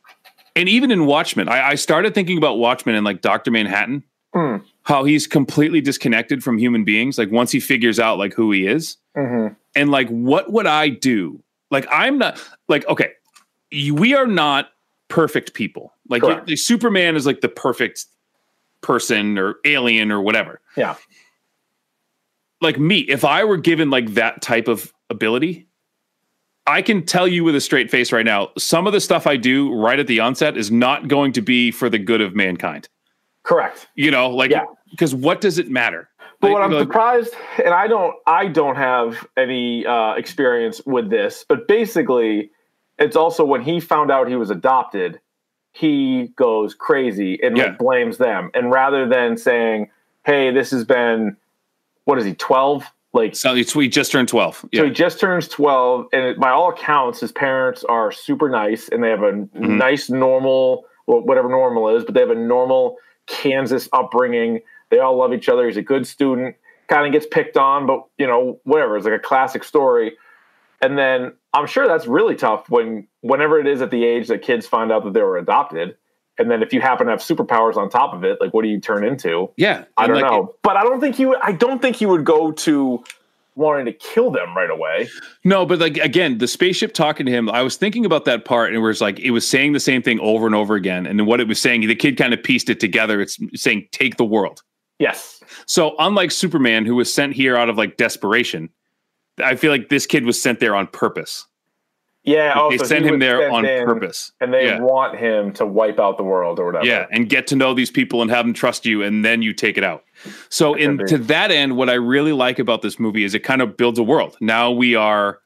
D: and even in Watchmen, I, I started thinking about Watchmen and like Doctor Manhattan,
C: Hmm.
D: how he's completely disconnected from human beings. Like once he figures out like who he is,
C: Mhm.
D: and like what would I do? Like I'm not like okay, you- we are not perfect people. Like
C: Correct.
D: you- Superman is like the perfect person or alien or whatever.
C: Yeah.
D: Like me, if I were given like that type of ability, I can tell you with a straight face right now, some of the stuff I do right at the onset is not going to be for the good of mankind.
C: Correct.
D: You know, like
C: Yeah.
D: because what does it matter?
C: But
D: Like,
C: what I'm
D: like,
C: surprised, and I don't, I don't have any uh, experience with this, but basically, it's also when he found out he was adopted, he goes crazy and
D: Yeah.
C: like, blames them, and rather than saying, "Hey, this has been," what is he, twelve? Like,
D: so it's we just turned twelve. Yeah.
C: so he just turns twelve, and it, by all accounts, his parents are super nice, and they have a nice, normal, well, whatever normal is, but they have a normal Kansas upbringing. They all love each other. He's a good student. Kind of gets picked on, but you know, whatever. It's like a classic story. And then I'm sure that's really tough when whenever it is at the age that kids find out that they were adopted. And then if you happen to have superpowers on top of it, like what do you turn into?
D: yeah.
C: I
D: And,
C: don't
D: like,
C: know. but I don't think he would I don't think he would go to wanting to kill them right away.
D: No, but like again, the spaceship talking to him, I was thinking about that part and where it's like it was saying the same thing over and over again. And then what it was saying, the kid kind of pieced it together. It's saying, take the world.
C: Yes.
D: So unlike Superman, who was sent here out of like desperation, I feel like this kid was sent there on purpose.
C: Yeah. oh,
D: they
C: so
D: sent
C: he
D: him
C: was
D: there
C: sent
D: on
C: in
D: purpose.
C: And they
D: yeah.
C: want him to wipe out the world or whatever.
D: Yeah, and get to know these people and have them trust you, and then you take it out. So, in
C: be.
D: to that end, what I really like about this movie is it kind of builds a world. Now we are,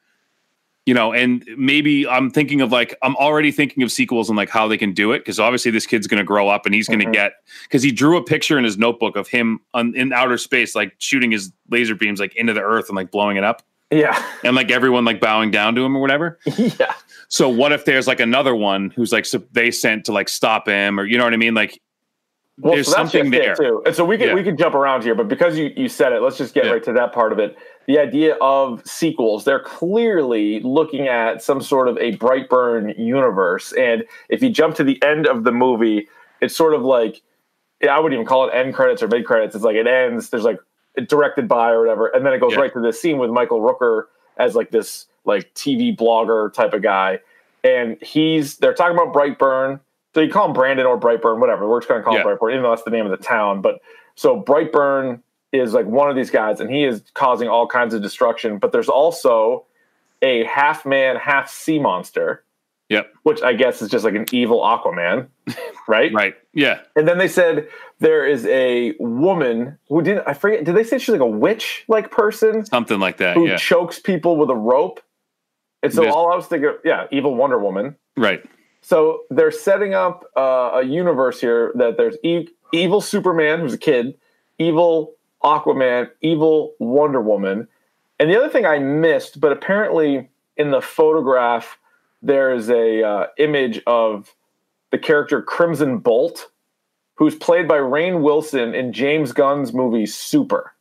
D: you know, and maybe I'm thinking of like I'm already thinking of sequels and like how they can do it because obviously this kid's going to grow up and he's going to get because he drew a picture in his notebook of him on, in outer space like shooting his laser beams like into the earth and like blowing it up
C: Yeah.
D: and like everyone like bowing down to him or whatever.
C: yeah.
D: So what if there's like another one who's like so they sent to like stop him or you know what I mean like
C: Well,
D: There's
C: so that's
D: something
C: just it,
D: there.
C: too. And so we could
D: Yeah.
C: we could jump around here, but because you, you said it, let's just get
D: Yeah.
C: right to that part of it. The idea of sequels, they're clearly looking at some sort of a Brightburn universe. And if you jump to the end of the movie, it's sort of like I wouldn't even call it end credits or mid credits. It's like it ends, there's like directed by or whatever, and then it goes
D: Yeah.
C: right to this scene with Michael Rooker as like this like TV blogger type of guy. And he's they're talking about Brightburn. So you call him Brandon or Brightburn, whatever. We're just gonna call
D: Yeah.
C: him Brightburn, even though that's the name of the town. But so Brightburn is like one of these guys, and he is causing all kinds of destruction. But there's also a half man, half sea monster,
D: Yep.
C: which I guess is just like an evil Aquaman, right?
D: Right. Yeah.
C: And then they said there is a woman who did I forget did they say she's like a witch like person
D: Something like that.
C: who
D: Uh, Yeah.
C: chokes people with a rope? And so
D: There's-
C: all I was thinking, yeah, evil Wonder Woman.
D: Right.
C: So they're setting up uh, a universe here that there's e- evil Superman, who's a kid, evil Aquaman, evil Wonder Woman. And the other thing I missed, but apparently in the photograph, there is a uh, image of the character Crimson Bolt, who's played by Rain Wilson in James Gunn's movie Super.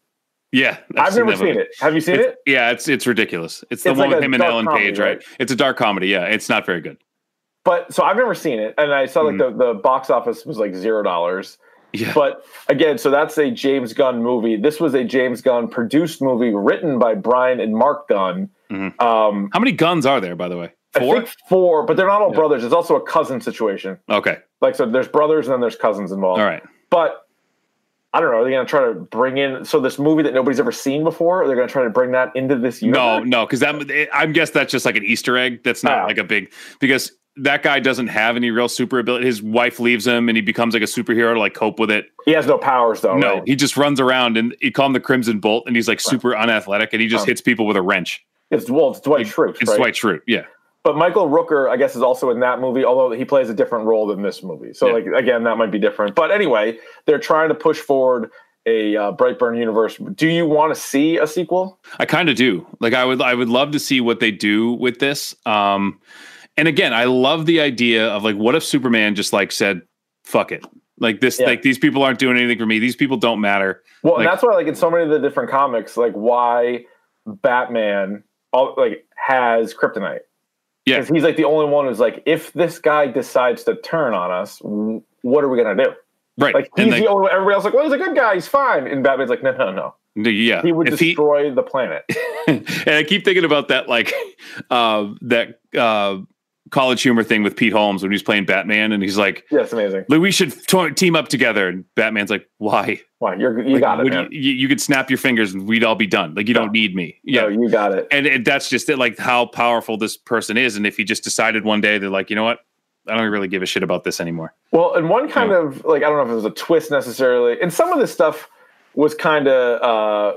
D: Yeah.
C: I've, never
D: that
C: seen
D: movie.
C: it. Have you seen
D: It's-
C: it?
D: Yeah, it's it's ridiculous. It's the
C: It's
D: one
C: like
D: with
C: a
D: him and
C: dark
D: Ellen
C: comedy,
D: Page, right?
C: right?
D: It's a dark comedy. Yeah, it's not very good.
C: But so I've never seen it, and I saw like
D: Hmm.
C: the, the box office was like zero dollars.
D: Yeah.
C: But again, so that's a James Gunn movie. This was a James Gunn produced movie written by Brian and Mark Gunn. Um,
D: How many guns are there, by the way?
C: I
D: Mm-hmm. Four.
C: think four, but they're not all brothers. It's also a cousin situation.
D: Okay.
C: Like so, there's brothers and then there's cousins involved.
D: All right.
C: But I don't know. Are they going to try to bring in so this movie that nobody's ever seen before? Are they going to try to bring that into this universe?
D: No, no, because that it- I'm guess that's just like an Easter egg. That's not
C: Ah.
D: like a big because that guy doesn't have any real super ability. His wife leaves him, and he becomes like a superhero to like cope with it.
C: he has no powers though.
D: no,
C: Oh, right?
D: he just runs around and he call him the Crimson Bolt, and he's like super unathletic, and he just
C: Right.
D: hits people with a wrench.
C: it's well, it's Dwight Schrute.
D: It's
C: right?
D: Dwight Schrute. Yeah.
C: But Michael Rooker, I guess, is also in that movie, although he plays a different role than this movie. So,
D: Yeah.
C: like again, that might be different. But anyway, they're trying to push forward a uh, Brightburn universe. Do you want to see a sequel?
D: I kind of do. Like I would I would love to see what they do with this. Um and again, I love the idea of like what if Superman just like said fuck it. Like this
C: Yeah.
D: like these people aren't doing anything for me. These people don't matter.
C: Well,
D: Like-
C: and that's why, like in so many of the different comics, like why Batman all, like has kryptonite.
D: Yeah.
C: 'Cause he's like the only one who's like, if this guy decides to turn on us, w- what are we gonna do?
D: right?
C: Like he's
D: and like,
C: the only. Everybody else is like, well, he's a good guy. He's fine. And Batman's like, no, no, no.
D: yeah,
C: He would
D: If
C: destroy the planet.
D: and I keep thinking about that, like uh, that uh, college humor thing with Pete Holmes when he's playing Batman, and he's like,
C: Yeah, it's amazing.
D: "Look, "We should to- team up together." And Batman's like, "Why?
C: Wow, you're, you
D: Like,
C: got it,
D: would
C: man.
D: You, you- you could snap your fingers, and we'd all be done. Like, you
C: No.
D: don't need me."
C: No,
D: Yeah,
C: you got it.
D: and, and that's just it, like how powerful this person is. And if he just decided one day, they're like, "You know what? I don't really give a shit about this anymore."
C: Well, and one kind
D: Yeah.
C: of like I don't know if it was a twist necessarily, and some of this stuff was kind of uh,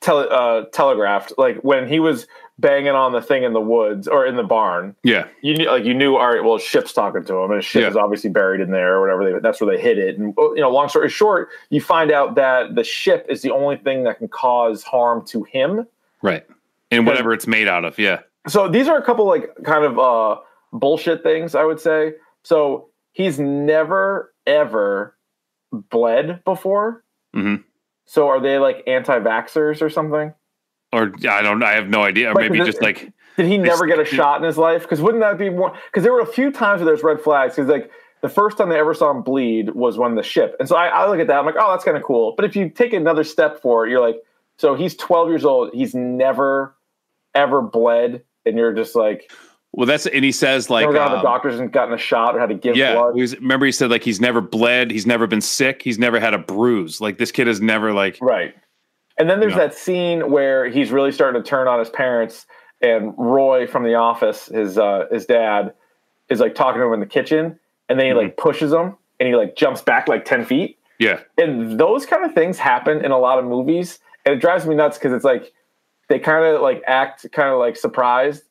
C: tele- uh, telegraphed. Like when he was banging on the thing in the woods or in the barn,
D: Yeah,
C: you knew, like you knew, all right, well, his ship's talking to him, and his ship
D: Yeah.
C: is obviously buried in there or whatever. They, that's where they hid it. And oh, you know, long story short, you find out that the ship is the only thing that can cause harm to him.
D: right. And whatever it's made out of, yeah,
C: so these are a couple like kind of uh bullshit things i would say so he's never ever bled before
D: Mhm.
C: so are they like anti-vaxxers or something
D: or I don't, I have no idea, or
C: Like,
D: maybe
C: the-
D: just like
C: did he never get a
D: It's-
C: shot in his life because wouldn't that be more because there were a few times where there's red flags because like the first time they ever saw him bleed was when the ship and so i, I look at that i'm like oh that's kind of cool but if you take another step forward you're like so he's 12 years old he's never ever bled and you're just like
D: Well, that's and he says like
C: never gone to the
D: um,
C: doctors and gotten a shot or had to give
D: yeah.
C: blood.
D: he was- remember he said like he's never bled, he's never been sick, he's never had a bruise. Like this kid has never like
C: Right. And then there's
D: Yeah.
C: that scene where he's really starting to turn on his parents, and Roy from the office, his uh, his dad, is like talking to him in the kitchen, and then he like
D: Mm-hmm.
C: pushes him, and he like jumps back like ten feet,
D: yeah
C: and those kind of things happen in a lot of movies, and it drives me nuts because it's like they kind of like act kind of like surprised,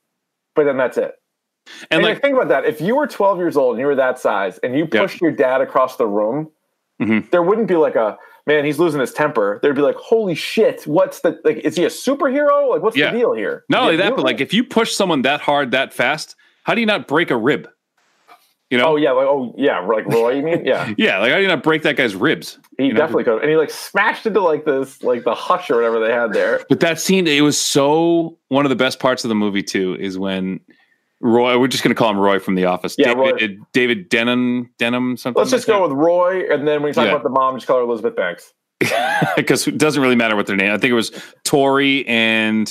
C: but then that's it.
D: and
C: And, like,
D: like
C: think about that. If you were 12 years old and you were that size and you
D: Yeah.
C: pushed your dad across the room,
D: Mhm.
C: there wouldn't be like a man, he's losing his temper. There'd be like, holy shit, what's the like is he a superhero? Like what's
D: Yeah.
C: the deal here?
D: not only
C: Yeah,
D: that, but like if you push someone that hard that fast, how do you not break a rib? You know,
C: Oh yeah, like oh yeah, like Roy, you mean? Yeah.
D: yeah, like how do you not break that guy's ribs?
C: He
D: know,
C: definitely could. And he like smashed into like this, like the hush or whatever they had there.
D: But that scene, it was so one of the best parts of the movie too is when Roy. We're just gonna call him Roy from the office.
C: Yeah, Roy.
D: David, uh, David Denham, Denham, something.
C: Let's just go with Roy, and then when you talk
D: Yeah.
C: about the mom, just call her Elizabeth Banks.
D: because it doesn't really matter what their name. I think it was Tori and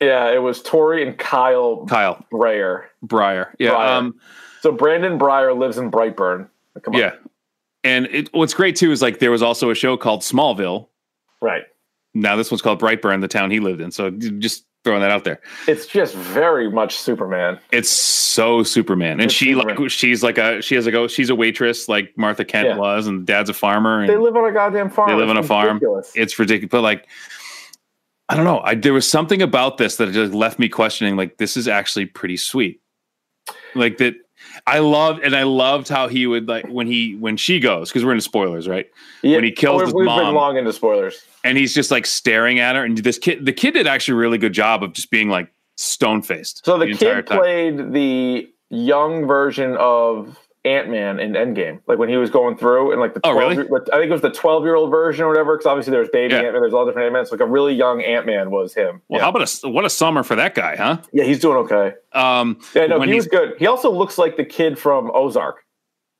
C: Yeah, it was Tori and Kyle
D: Kyle
C: Breyer.
D: Breyer. Yeah.
C: Breyer.
D: Um,
C: So Brandon Breyer lives in Brightburn. Come on.
D: Yeah. And it, what's great too is like there was also a show called Smallville.
C: Right.
D: Now this one's called Brightburn, the town he lived in. So j- just throwing that out there.
C: It's just very much Superman.
D: It's so Superman. And
C: It's
D: she
C: Superman.
D: like she's like a she has like a she's a waitress like Martha Kent
C: Yeah.
D: was and dad's a farmer and
C: They live on a goddamn farm.
D: Mm. They live on a
C: It's
D: farm.
C: ridiculous.
D: it's ridiculous. But like I don't know. I there was something about this that just left me questioning like this is actually pretty sweet. Like that I loved and I loved how he would like when he when she goes, because we're into spoilers, right?
C: Yeah.
D: when he kills
C: Oh,
D: his
C: we've been
D: mom.
C: long into spoilers.
D: and he's just like staring at her. And this kid, the kid did actually a really good job of just being like stone faced.
C: So the, kid played the young version of Ant Man in Endgame, like when he was going through and like the
D: Oh,
C: 12
D: really?
C: like, I think it was the twelve year old version or whatever. Because obviously there was baby
D: Yeah.
C: Ant Man, there's all different Ant Man. So like a really young Ant Man was him.
D: Well,
C: yeah.
D: how about a what a summer for that guy, huh?
C: yeah, he's doing okay.
D: Um,
C: Yeah, no,
D: when
C: he
D: he's-
C: was good. He also looks like the kid from Ozark.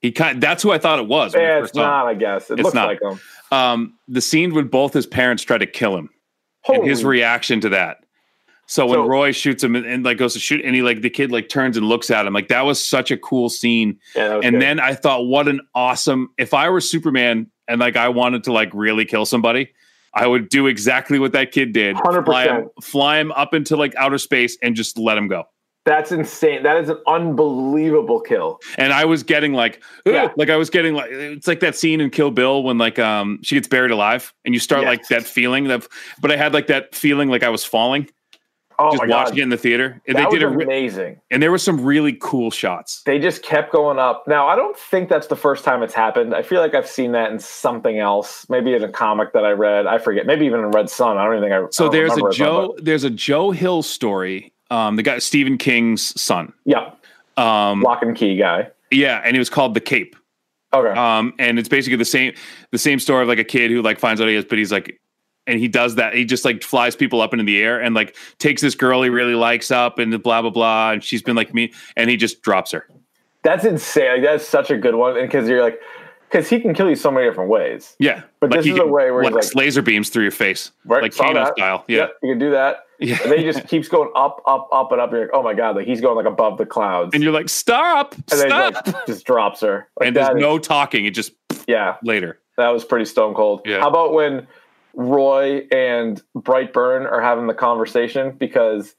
D: he kind that's who I thought it was. when I
C: Yeah,
D: first
C: it's
D: saw him.
C: not. I guess it
D: It's
C: looks
D: not.
C: like him.
D: Um, the scene when both his parents try to kill him and his
C: Holy
D: reaction to that. So when
C: So-
D: Roy shoots him and, and, like goes to shoot, and he like the kid like turns and looks at him, like that was such a cool scene.
C: Yeah, that was
D: And
C: good.
D: then I thought, what an awesome! If I were Superman and like I wanted to like really kill somebody, I would do exactly what that kid did. Fly
C: 100%.
D: him, fly him up into like outer space and just let him go.
C: that's insane. That is an unbelievable kill.
D: And I was getting like, "Ugh,"
C: Yeah.
D: like I was getting like it's like that scene in Kill Bill when like um she gets buried alive and you start
C: Yes.
D: like that feeling that. But I had like that feeling like I was falling
C: Oh
D: just
C: my
D: watching
C: god,
D: it in the theater. And
C: that
D: they did a
C: was
D: re-
C: amazing.
D: and there were some really cool shots.
C: they just kept going up. Now, I don't think that's the first time it's happened. I feel like I've seen that in something else, maybe in a comic that I read. I forget. Maybe even in Red Sun. I don't even think I. I
D: So
C: don't
D: there's
C: remember
D: a
C: Red Sun,
D: Joe,
C: but-
D: there's a Joe Hill story. Um, the guy Stephen King's son.
C: yeah,
D: Um,
C: lock and key guy.
D: Yeah, and it was called The Cape.
C: Okay,
D: uh, Um, and it's basically the same the same story of like a kid who like finds out he is, but he's like and he does that. He just like flies people up into the air and like takes this girl he really likes up and blah blah blah. And she's been like me, and he just drops her.
C: That's insane. Like, that's such a good one. And because you're like, because he can kill you so many different ways.
D: Yeah,
C: But this
D: he
C: is a way where he's
D: like,
C: like-
D: laser beams through your face,
C: Right,
D: like
C: saw
D: Kano
C: that.
D: style. Yeah,
C: you can do that.
D: yeah.
C: And then he just keeps going up, up, up, and up. You're like, oh my god, like he's going like above the clouds.
D: And you're like, stop,
C: And then he,
D: stop.
C: like, just drops her. Like
D: and there's
C: that is-
D: no talking. It just
C: yeah.
D: later.
C: That was pretty stone cold.
D: Yeah.
C: How about when Roy and Brightburn are having the conversation because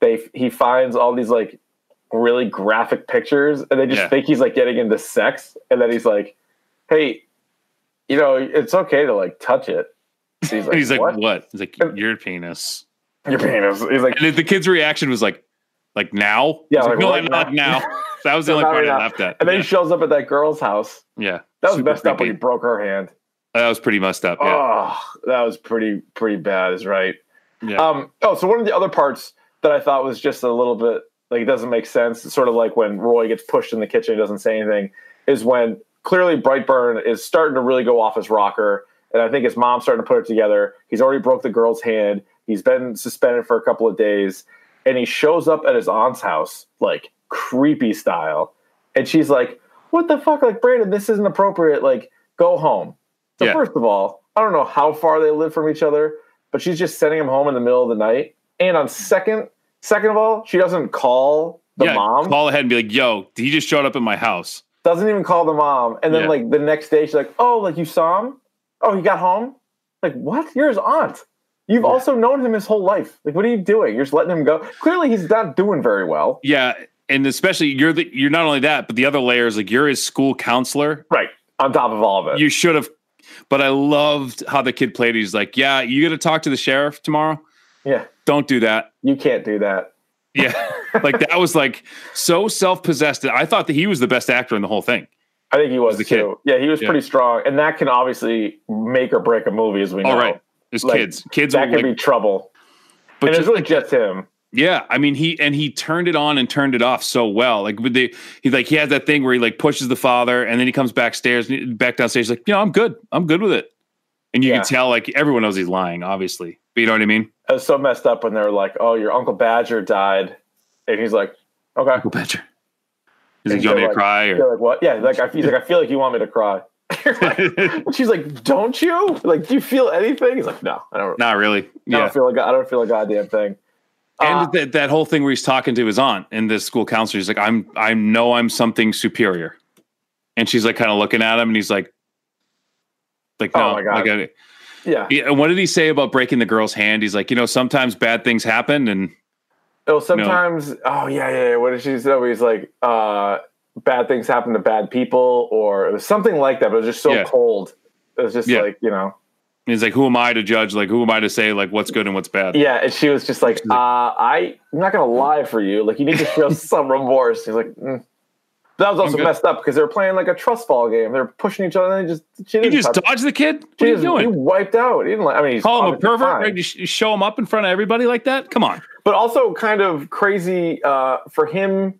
C: they he finds all these like really graphic pictures and they just
D: Yeah.
C: think he's like getting into sex and then he's like, "Hey, you know, it's okay to like touch it." And He's
D: And he's like,
C: "What?
D: what? He's like, your penis.
C: Your penis." He's like,
D: And then the kid's reaction was like, like now?
C: Yeah,
D: He's
C: like,
D: no,
C: right
D: not
C: now.
D: now. That was the only
C: Not
D: part
C: right
D: I
C: now.
D: laughed at.
C: and then
D: yeah.
C: he shows up at that girl's house.
D: yeah.
C: That was
D: Super
C: messed up when he
D: creepy.
C: broke her hand.
D: That was pretty messed up. Yeah.
C: Oh, that was pretty pretty bad. Is right.
D: Yeah.
C: Um. Oh, so one of the other parts that I thought was just a little bit like it doesn't make sense. It's sort of like when Roy gets pushed in the kitchen, he doesn't say anything. Is when clearly Brightburn is starting to really go off his rocker, and I think his mom's starting to put it together. He's already broke the girl's hand. He's been suspended for a couple of days, and he shows up at his aunt's house like creepy style, and she's like, "What the fuck, like Brandon? This isn't appropriate. Like, go home." So
D: Yeah.
C: first of all, I don't know how far they live from each other, but she's just sending him home in the middle of the night. And on second, second of all, she doesn't call the
D: yeah,
C: mom.
D: Call ahead and be like, yo, he just showed up at my house.
C: doesn't even call the mom. And then
D: Yeah.
C: like the next day, she's like, "Oh, like you saw him? Oh, he got home? Like what? You're his aunt. You've also known him his whole life. Like what are you doing? You're just letting him go. Clearly, he's not doing very well.
D: Yeah. And especially you're the you're not only that, but the other layer is like you're his school counselor.
C: Right. On top of all of it.
D: You should have but I loved how the kid played. it. He's like, Yeah, you gotta talk to the sheriff tomorrow.
C: yeah.
D: Don't do that.
C: You can't do that.
D: Yeah. like that was like so self possessed. I thought that he was the best actor in the whole thing.
C: I think he was,
D: the
C: too.
D: kid.
C: Yeah, he was
D: Yeah.
C: pretty strong, and that can obviously make or break a movie, as we know.
D: All right. It's
C: Like,
D: kids. Kids
C: That
D: were
C: could
D: like,
C: be trouble.
D: but
C: and it's
D: just
C: really just him.
D: Yeah, I mean he and he turned it on and turned it off so well. Like with the he like he has that thing where he like pushes the father and then he comes backstairs back downstairs like, "You know, I'm good. I'm good with it." And you
C: Yeah.
D: can tell like everyone knows he's lying, obviously. But you know what I mean?
C: It was so messed up when they were like, "Oh, your uncle Badger died," and he's like, "Okay."
D: Uncle Badger. He's like,
C: And
D: "You want me
C: they're
D: to cry?"
C: They're
D: Or
C: like, "What?" Yeah, like I, he's like, "I feel like you want me to cry." You're like- and she's like, "Don't you? Like, do you feel anything?" He's like, "No, I don't.
D: not really.
C: I don't
D: Yeah.
C: feel like I don't feel a goddamn thing." Uh,
D: and that, that whole thing where he's talking to his aunt and the school counselor he's like i'm i know i'm something superior and she's like kind of looking at him and he's like like no
C: Oh my God.
D: like, I-
C: yeah,
D: yeah, and what did he say about breaking the girl's hand he's like you know sometimes bad things happen and
C: Oh, sometimes. Oh, yeah, yeah, yeah. What did she say? He's like, uh, bad things happen to bad people, or it was something like that. But it was just so
D: Yeah.
C: cold. It was just
D: Yeah.
C: like you know.
D: he's like who am i to judge like who am i to say like what's good and what's bad
C: Yeah, and she was just like, uh, I, I'm not gonna lie for you. Like, you need to show some remorse. He's like, mm. that was also
D: good.
C: messed up because they were playing like a trust fall game. They were pushing each other, and they just she
D: you
C: didn't
D: just
C: touch-
D: dodged the kid what
C: she
D: are you
C: just- He
D: doing
C: wiped out. He didn't. Like, I mean, he's
D: call him a
C: obviously
D: pervert
C: fine.
D: right? You sh- show him up in front of everybody like that come on
C: but also kind of crazy uh, for him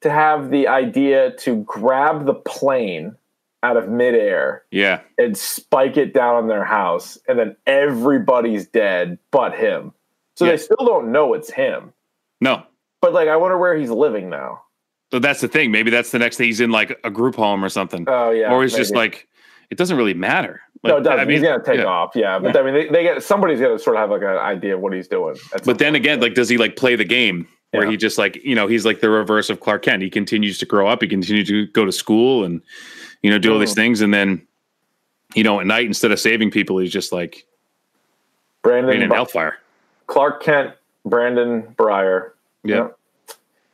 C: to have the idea to grab the plane out of midair
D: yeah
C: and spike it down on their house, and then everybody's dead but him. So they
D: Yeah.
C: still don't know it's him.
D: no
C: But like, I wonder where he's living now.
D: so that's the thing maybe that's the next thing he's in like a group home or something
C: Oh yeah,
D: or he's just
C: maybe.
D: like, it doesn't really matter. Like,
C: no, it doesn't.
D: I mean,
C: he's gonna take
D: yeah.
C: off. Yeah, but I mean, they, they get somebody's gonna sort of have like an idea of what he's doing. That's
D: But then again, like, does he like play the game where
C: Yeah.
D: he just like, you know, he's like the reverse of Clark Kent. He continues to grow up. He continues to go to school and, you know, do all these things. And then, you know, at night, instead of saving people, he's just like in
C: Brandon
D: an
C: Bu-
D: hellfire.
C: Clark Kent, Brandon Breyer.
D: Yeah.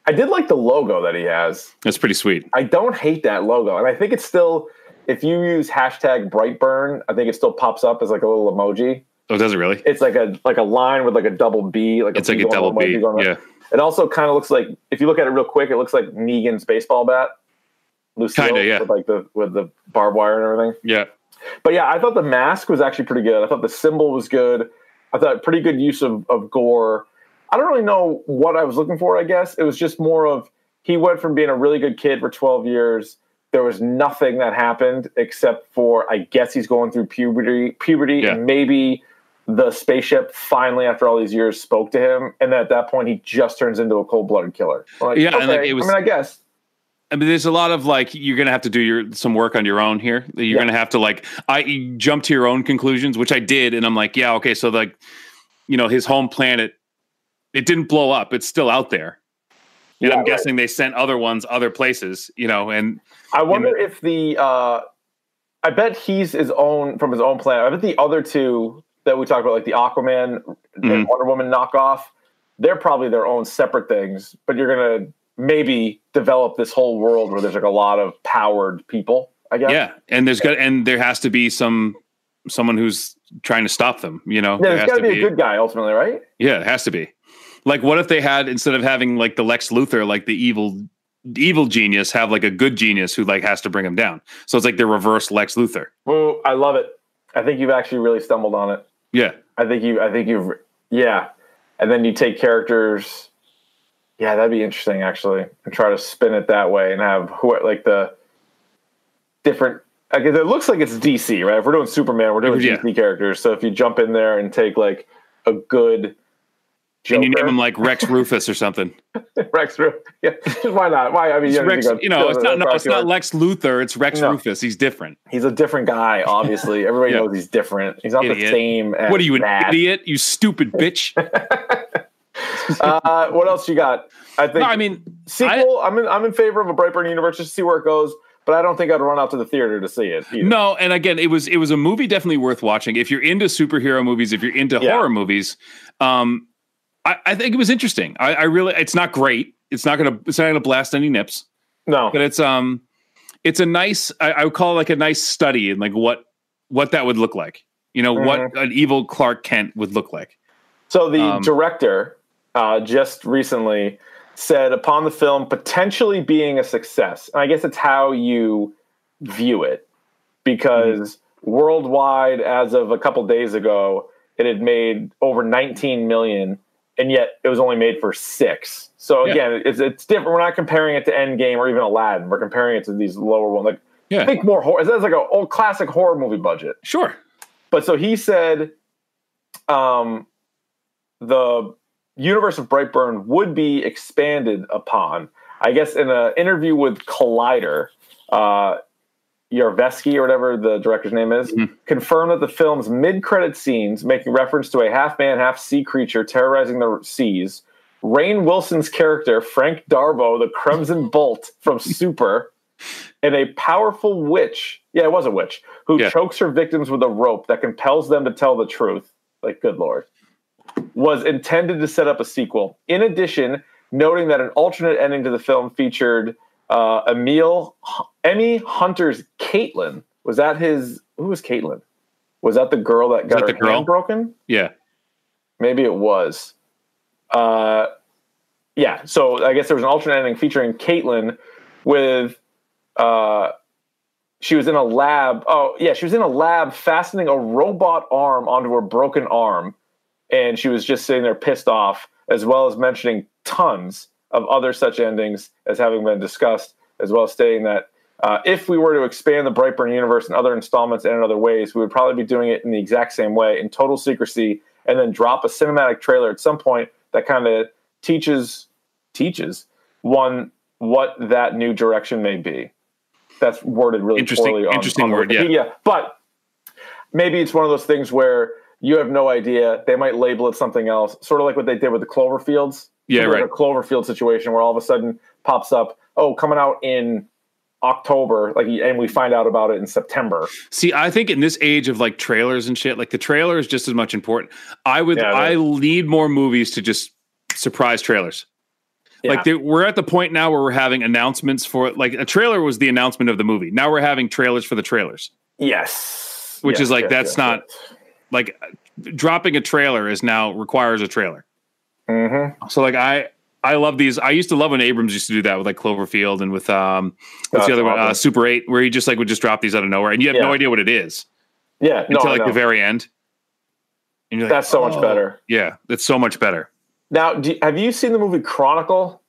C: I did like the logo that he has.
D: That's pretty sweet.
C: I don't hate that logo, and I think it's still. If you use hashtag Brightburn, I think it still pops up as like a little emoji.
D: Oh, does it really?
C: It's like a like a line with like a double B, like
D: It's like a
C: going
D: double
C: one way,
D: B.
C: going the-
D: Yeah.
C: It also kind of looks like if you look at it real quick, it looks like Negan's baseball bat, Lucille,
D: Kinda, yeah.
C: with like the with the barbed wire and everything.
D: Yeah.
C: But yeah, I thought the mask was actually pretty good. I thought the symbol was good. I thought pretty good use of, of gore. I don't really know what I was looking for, I guess. It was just more of he went from being a really good kid for 12 years. There was nothing that happened except for I guess he's going through puberty puberty
D: Yeah.
C: and maybe the spaceship finally, after all these years, spoke to him, and then at that point, he just turns into a cold blooded killer. I'm like,
D: Yeah, and,
C: okay.
D: like, it was-
C: I mean, I guess.
D: I mean, there's a lot of like you're gonna have to do your some work on your own here. You're
C: Yeah.
D: gonna have to like I you jump to your own conclusions, which I did, and I'm like, yeah, okay, so like, you know, his home planet, it didn't blow up; it's still out there. And
C: Yeah,
D: I'm
C: right.
D: guessing they sent other ones other places, you know, and
C: I wonder if the uh, I bet he's his own from his own planet. I bet the other two that we talked about, like the Aquaman
D: Mhm.
C: and Wonder Woman knockoff, they're probably their own separate things. But you're gonna maybe develop this whole world where there's like a lot of powered people. I guess.
D: yeah, and there's got and there has to be some someone who's trying to stop them, you know.
C: Yeah,
D: There
C: there's
D: has
C: got to
D: to
C: be a good guy ultimately, right?
D: Yeah, it has to be. Like, what if they had instead of having like the Lex Luthor, like the evil evil genius, have like a good genius who like has to bring him down? So it's like the reverse Lex Luthor.
C: Well, I love it. I think you've actually really stumbled on it.
D: Yeah,
C: I think you. I think you've. Yeah, and then you take characters. Yeah, that'd be interesting actually, and try to spin it that way, and have who like the different. I guess it looks like it's DC, right? If we're doing Superman, we're doing
D: Yeah.
C: DC characters. So if you jump in there and take like a good, Joker,
D: and you name him like Rex Rufus or something.
C: Rex Ru- Yeah, why not? Why? I mean,
D: It's
C: don't need
D: Rex,
C: to go-
D: you know, it's not no, it's not
C: Procurer.
D: Lex Luthor. It's Rex
C: No.
D: Rufus. He's different.
C: he's a different guy. Obviously, everybody
D: Yeah.
C: knows he's different. He's not the
D: Idiot.
C: same. As
D: what are you, an
C: Matt.
D: idiot? You stupid bitch.
C: Uh, what else you got? I think.
D: no, I mean,
C: sequel. I, am in. I'm in favor of a Brightburn universe just to see where it goes. But I don't think I'd run out to the theater to see it. either.
D: No, and again, it was it was a movie definitely worth watching. If you're into superhero movies, if you're into
C: Yeah.
D: horror movies, um, I, I think it was interesting. I, I really, it's not great. It's not gonna it's not gonna blast any nips,
C: no.
D: but it's um, it's a nice. I, I would call it like a nice study in like what what that would look like. You know what an evil Clark Kent would look like.
C: So the
D: um,
C: director uh, just recently said upon the film potentially being a success, and I guess it's how you view it because
D: Mm-hmm.
C: worldwide, as of a couple days ago, it had made over 19 million, and yet it was only made for six. So
D: Yeah.
C: again, it's, it's different. We're not comparing it to Endgame or even Aladdin. We're comparing it to these lower ones. Like
D: Yeah,
C: think more horror. That's like an old classic horror movie budget.
D: sure.
C: But so he said, um, the universe of Brightburn would be expanded upon. I guess in an interview with Collider, uh, Yarvesky or whatever the director's name is, confirmed that the film's mid-credit scenes, making reference to a half-man, half-sea creature terrorizing the seas, Rain Wilson's character Frank Darbo, the Crimson Bolt from Super, and a powerful witch. Yeah, it was a witch who
D: Yeah.
C: chokes her victims with a rope that compels them to tell the truth. Like, good lord was intended to set up a sequel. In addition, noting that an alternate ending to the film featured uh, Emil Emmy Hunter's Caitlin. Was that his? Who was Caitlin? Was that the girl that got
D: that
C: her
D: the girl?
C: hand broken?
D: Yeah,
C: Maybe it was. Uh, yeah. So I guess there was an alternate ending featuring Caitlin with. Uh, she was in a lab. Oh, yeah, she was in a lab fastening a robot arm onto her broken arm, and she was just sitting there pissed off, as well as mentioning tons of other such endings as having been discussed, as well as stating that uh, if we were to expand the Brightburn universe in other installments and in other ways, we would probably be doing it in the exact same way, in total secrecy, and then drop a cinematic trailer at some point that kind of teaches teaches one what that new direction may be. That's worded really
D: Interesting-
C: poorly on,
D: interesting
C: on
D: word, yeah.
C: Wikipedia, but maybe it's one of those things where you have no idea. They might label it something else, sort of like what they did with the Cloverfields.
D: Yeah,
C: Sort of
D: right.
C: A Cloverfield situation where all of a sudden pops up, oh, coming out in October, like, and we find out about it in September.
D: See, I think in this age of like trailers and shit, like the trailer is just as much important. I would,
C: Yeah,
D: I
C: it
D: need more movies to just surprise trailers.
C: Yeah.
D: Like they, we're at the point now where we're having announcements for like a trailer was the announcement of the movie. Now we're having trailers for the trailers.
C: Yes.
D: Which
C: Yes,
D: is like,
C: yes,
D: that's
C: yes,
D: not-
C: yes.
D: Like dropping a trailer is now requires a trailer.
C: Mhm.
D: So like I, I love these. I used to love when Abrams used to do that with like Cloverfield and with um, what's
C: That's
D: the other one? Uh,
C: awesome.
D: Super Eight, where he just like would just drop these out of nowhere, and you have
C: Yeah.
D: no idea what it is
C: Yeah. No,
D: until
C: I
D: like
C: know.
D: the very end. And you're like,
C: that's so much
D: "Oh."
C: better.
D: Yeah, that's so much better.
C: Now, do you- have you seen the movie Chronicle?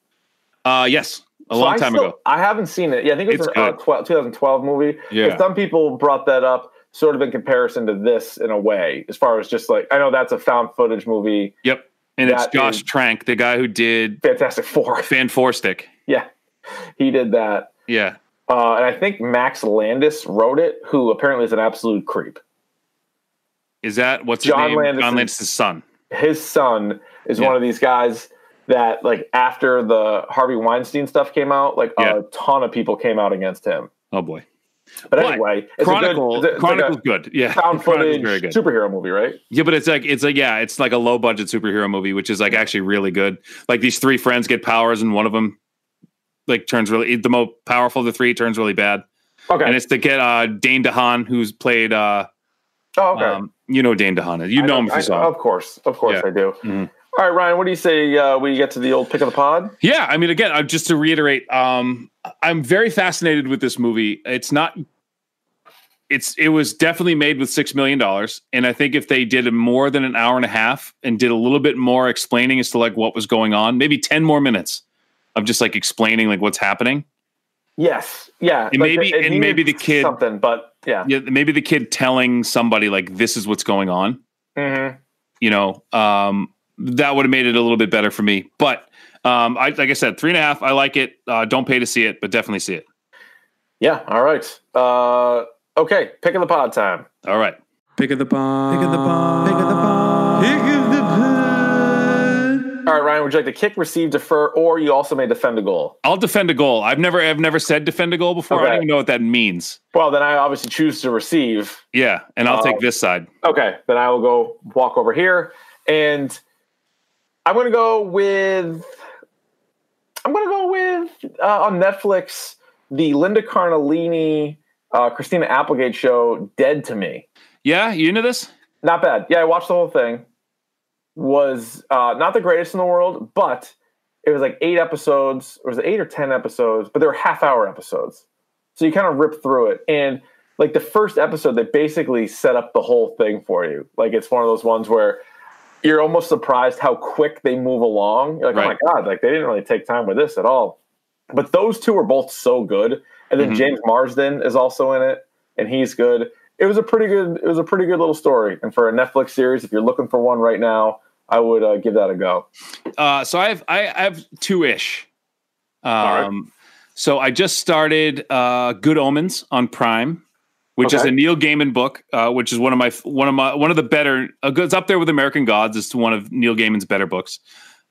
D: Uh, yes, a
C: So
D: long
C: I
D: time
C: still-
D: ago.
C: I haven't seen it. Yeah, I think it was
D: It's
C: a uh,
D: good.
C: 12, 2012 movie.
D: Yeah.
C: Some people brought that up. sort of in comparison to this in a way, as far as just like I know that's a found footage movie,
D: Yep. And it's
C: That
D: Josh
C: is-
D: Trank, the guy who did
C: Fantastic Four.
D: Fan Four Stick.
C: yeah, he did that,
D: Yeah.
C: uh, and I think Max Landis wrote it, who apparently is an absolute creep.
D: Is that what's
C: John
D: his name?
C: Landis'
D: John Landis' son.
C: his son is
D: Yeah.
C: one of these guys that like after the Harvey Weinstein stuff came out, like
D: Yeah.
C: a ton of people came out against him.
D: Oh boy.
C: But
D: But
C: anyway, it's
D: Chronicle
C: a good, it's a- it's
D: Chronicle's
C: like
D: good. Yeah.
C: a found
D: Chronicle's
C: footage
D: very good.
C: superhero movie, right?
D: Yeah, but it's like it's like yeah, it's like a low budget superhero movie, which is like actually really good. Like these three friends get powers, and one of them like turns really the most powerful of the three turns really bad,
C: Okay.
D: and it's to get uh, Dane DeHaan, who's played uh,
C: oh, okay.
D: um, you know Dane DeHaan, is. you
C: I
D: know
C: know-
D: him if
C: I-
D: you saw. him.
C: Of course, of course,
D: Yeah.
C: I do.
D: Mhm.
C: All right, Ryan, what do you say uh, we get to the old pick of the pod?
D: Yeah, I mean, again, I'm just to reiterate, um, I'm very fascinated with this movie. It's not. It's it was definitely made with six million dollars, and I think if they did more than an hour and a half and did a little bit more explaining as to like what was going on, maybe ten more minutes of just like explaining like what's happening.
C: Yes, yeah,
D: And maybe-
C: it
D: and
C: needed
D: maybe the kid-
C: something, but yeah,
D: Yeah, maybe the kid telling somebody like this is what's going on.
C: hmm
D: you know, um, that would have made it a little bit better for me. But um, I, like I said, three and a half. I like it. Uh, don't pay to see it, but definitely see it.
C: yeah. All right, uh, okay, pick of the pod time.
D: All right.
E: Pick of the bomb. Pick of the bomb. Pick of the bomb.
C: All right, Ryan, would you like to kick, receive, defer, or you also may defend a goal?
D: I'll defend a goal. I've never, I've never said defend a goal before. I
C: Okay.
D: don't even know what that means.
C: Well, then I obviously choose to receive.
D: Yeah, and I'll
C: Oh.
D: take this side.
C: Okay, then I will go walk over here, and I'm going to go with I'm going to go with uh, on Netflix the Linda Carnellini, uh, Christina Applegate show, Dead to Me.
D: Yeah, you into this?
C: Not bad. Yeah, I watched the whole thing. Was uh, not the greatest in the world, but it was like eight episodes. Or was it eight or ten episodes? But they were half hour episodes, so you kind of rip through it. And like the first episode, they basically set up the whole thing for you. Like it's one of those ones where you're almost surprised how quick they move along. You're like,
D: Right.
C: oh my god, like they didn't really take time with this at all. But those two are both so good. And then
D: Mhm.
C: James Marsden is also in it, and he's good. It was a pretty good. It was a pretty good little story. And for a Netflix series, if you're looking for one right now, I would uh, give that a go.
D: Uh, so I've, I, I have two ish.
C: right.
D: Um, so I just started uh, Good Omens on Prime, which is
C: Okay.
D: a Neil Gaiman book, uh, which is one of my one of my one of the better. Uh, it's up there with American Gods. It's one of Neil Gaiman's better books.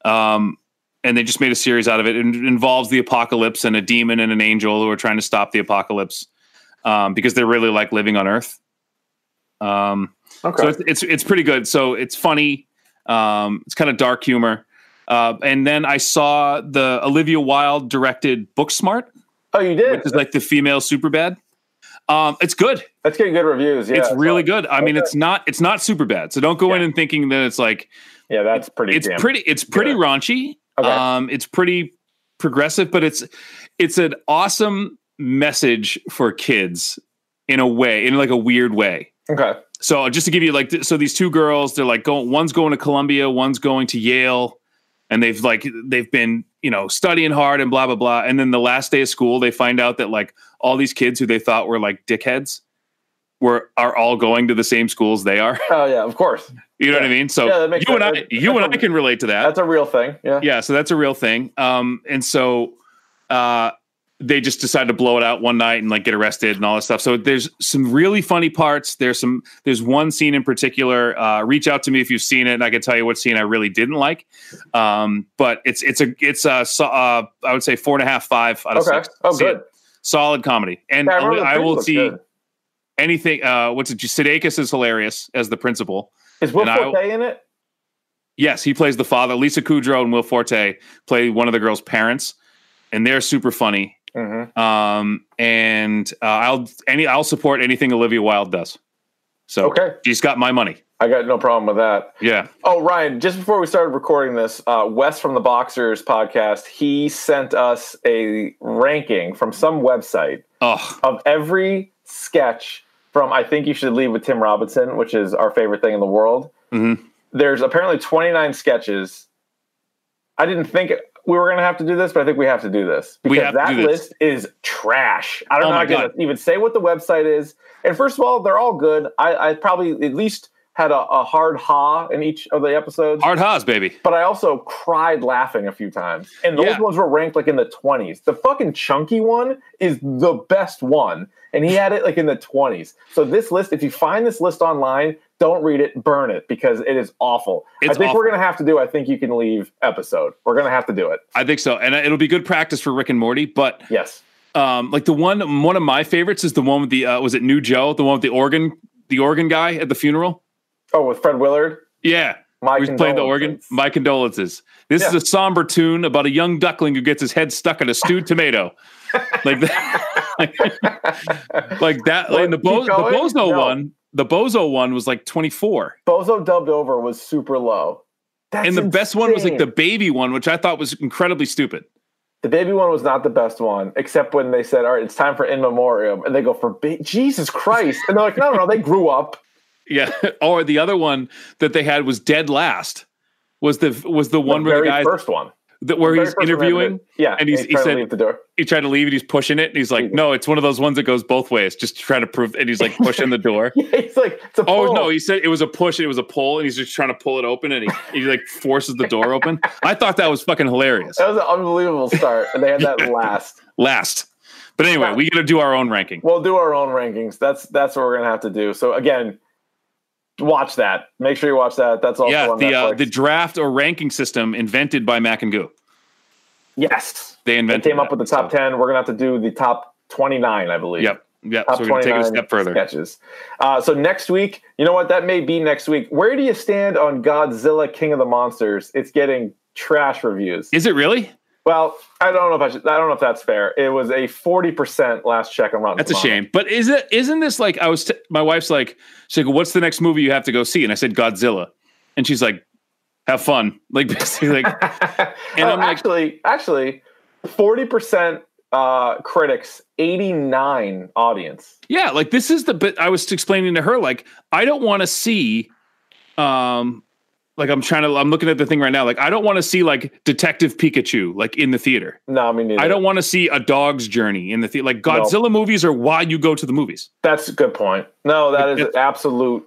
D: Um, and they just made a series out of it. It involves the apocalypse and a demon and an angel who are trying to stop the apocalypse um, because they're really like living on Earth. Um,
C: Okay.
D: so it's, it's it's pretty good. So it's funny. Um, it's kind of dark humor. Uh, and then I saw the Olivia Wilde directed Booksmart,
C: oh, you did.
D: which is like the female Superbad. Um, it's good.
C: That's getting good reviews. Yeah,
D: it's really
C: so-
D: good. I mean,
C: Okay.
D: it's not it's not super bad. So don't go in and thinking that it's like
C: Yeah, that's pretty.
D: it's
C: damn.
D: pretty it's pretty
C: good.
D: raunchy.
C: Okay.
D: Um, it's pretty progressive, but it's it's an awesome message for kids in a way, in like a weird way.
C: Okay.
D: So just to give you like, th- so these two girls, they're like going, one's going to Columbia, one's going to Yale, and they've like they've been you know studying hard and blah blah blah. And then the last day of school, they find out that like all these kids who they thought were like dickheads were are all going to the same schools they are.
C: Oh yeah, of course.
D: you know what I
C: Yeah.
D: mean? So
C: Yeah, that makes
D: you and
C: sense.
D: I, you
C: That's
D: and I
C: a-
D: can relate to that
C: That's a real thing. Yeah.
D: yeah so that's a real thing um and so uh they just decide to blow it out one night and like get arrested and all this stuff so there's some really funny parts there's some there's one scene in particular uh reach out to me if you've seen it and i can tell you what scene i really didn't like um but it's it's a it's a so- uh i would say four and a half five out of
C: Okay.
D: six
C: Oh,
D: See it.
C: good.
D: solid comedy and
C: Yeah,
D: I,
C: remember
D: will-
C: the
D: I
C: picture
D: will
C: looked
D: see
C: good.
D: anything uh what's it Sudeikis is hilarious as the principal
C: Is Will
D: and I-
C: Forte in it?
D: Yes, he plays the father. Lisa Kudrow and Will Forte play one of the girl's parents, and they're super funny.
C: Mm-hmm.
D: Um, and uh, I'll any I'll support anything Olivia Wilde does. So
C: Okay.
D: she's got my money.
C: I got no problem with that.
D: Yeah.
C: Oh, Ryan, just before we started recording this, uh, Wes from the Boxers podcast, he sent us a ranking from some website
D: Oh,
C: of every sketch from I Think You Should Leave with Tim Robinson, which is our favorite thing in the world.
D: Mhm.
C: There's apparently 29 sketches. I didn't think we were going to have to do this, but I think we have to do this
D: We
C: because
D: have to
C: that
D: do this.
C: list is trash. I don't
D: Oh
C: know
D: my
C: how to
D: God.
C: even say what the website is. And first of all, they're all good. I, I probably at least had a, a hard ha in each of the episodes,
D: Hard Haas, baby.
C: but I also cried laughing a few times. And those
D: Yeah.
C: ones were ranked like in the 20s. The fucking chunky one is the best one, and he had it like in the 20s. So this list, if you find this list online, don't read it, burn it because it is awful. I
D: It's
C: think we're
D: awful.
C: going to have to do I think you can leave episode. We're going to have to do it.
D: I think so, and uh, it'll be good practice for Rick and Morty. But
C: Yes.
D: um, like the one, one of my favorites is the one with the uh, was it New Joe, the one with the organ, the organ guy at the funeral.
C: Oh, with Fred Willard.
D: Yeah,
C: My
D: Who's playing the organ?
C: condolences.
D: My condolences. This is
C: Yeah.
D: a somber tune about a young duckling who gets his head stuck in a stewed tomato. like that. Like, like that.
C: What,
D: and the,
C: keep
D: bo- the
C: going?
D: Bozo
C: No.
D: one, the Bozo one was like 24.
C: Bozo dubbed over was super low. That's
D: and the best one was like the
C: insane.
D: baby one, which I thought was incredibly stupid.
C: the baby one was not the best one, except when they said, "All right, it's time for in memoriam," and they go for ba- Jesus Christ, and they're like, "No, no, no, they grew up."
D: Yeah. or the other one that they had was Dead Last. Was the was the one
C: the
D: where
C: very
D: the guy
C: first one,
D: that where
C: The very
D: he's
C: first one
D: interviewing?
C: that did it. yeah,
D: and he's- he
C: trying to
D: said-
C: leave the door.
D: he tried to leave and he's pushing it and he's like, no, it's one of those ones that goes both ways, just to try to prove and he's like pushing the door.
C: he's like, "It's a
D: Oh
C: poll."
D: no, he said it was a push and it was a pull, and he's just trying to pull it open, and he, he like forces the door open. I thought that was fucking hilarious.
C: that was an unbelievable start, and they had that last.
D: Last, but anyway, we got to do our own ranking.
C: We'll do our own rankings. That's that's what we're gonna have to do. So again, watch that. Make sure you watch that. That's also
D: Yeah,
C: on
D: the uh,
C: Netflix.
D: the draft or ranking system invented by Mac and Goo.
C: yes,
D: They
C: they
D: invented.
C: came up
D: that,
C: with the top
D: so-
C: 10 we're gonna have to do the top 29 i believe
D: Yep, yep.
C: top
D: so we're gonna take it a step further.
C: sketches uh, so next week you know what that may be next week where do you stand on godzilla king of the monsters it's getting trash reviews
D: Is it really?
C: well i don't know if i should i don't know if that's fair it was a 40% last check on rotten
D: That's a
C: Tomatoes.
D: shame. But is it? Isn't this like I was? T- my wife's like, she's like, what's the next movie you have to go see? And I said Godzilla, and she's like, have fun. Like basically, like And
C: Oh,
D: I'm like-
C: actually actually 40% uh, critics 89 audience
D: Yeah, like this is the bit I was explaining to her. Like, I don't want to see, um, like I'm trying to. I'm looking at the thing right now. Like, I don't want to see like Detective Pikachu like in the theater.
C: no i mean
D: I don't want to see a dog's journey in the theater. Like
C: No.
D: Godzilla movies are why you go to the movies.
C: that's a good point no that is
D: It's-
C: absolute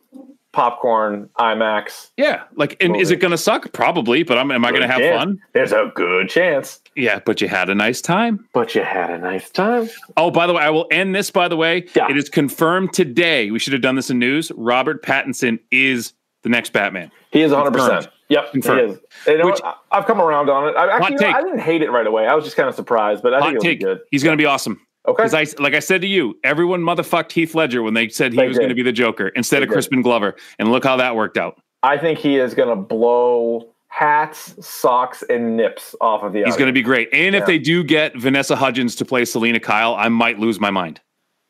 C: popcorn imax
D: Yeah, like, and is
C: Movie.
D: it gonna suck? Probably, but I'm. Am I gonna have
C: Yeah,
D: fun?
C: There's a good chance.
D: Yeah, but you had a nice time.
C: But you had a nice time.
D: Oh, by the way, I will end this. By the way,
C: Yeah.
D: it is confirmed today. We should have done this in news. Robert Pattinson is the next Batman.
C: He is 100%.
D: Confirmed.
C: Yep,
D: Confirmed.
C: he is. And you know
D: Which-
C: what? I- I've come around on it. I
D: Hot
C: actually you know,
D: take.
C: I didn't hate it right away. I was just kind of surprised, but I
D: Hot
C: think
D: take.
C: it was good.
D: He's gonna be awesome.
C: Okay.
D: Because I, like I said to you, everyone motherfucked Heath Ledger when they said he
C: They
D: was
C: did.
D: going to be the Joker instead
C: They
D: of
C: did.
D: Crispin Glover, and look how that worked out.
C: I think he is going to blow hats, socks, and nips off of the
D: He's going to be great. And if
C: Yeah.
D: they do get Vanessa Hudgens to play Selena Kyle, I might lose my mind.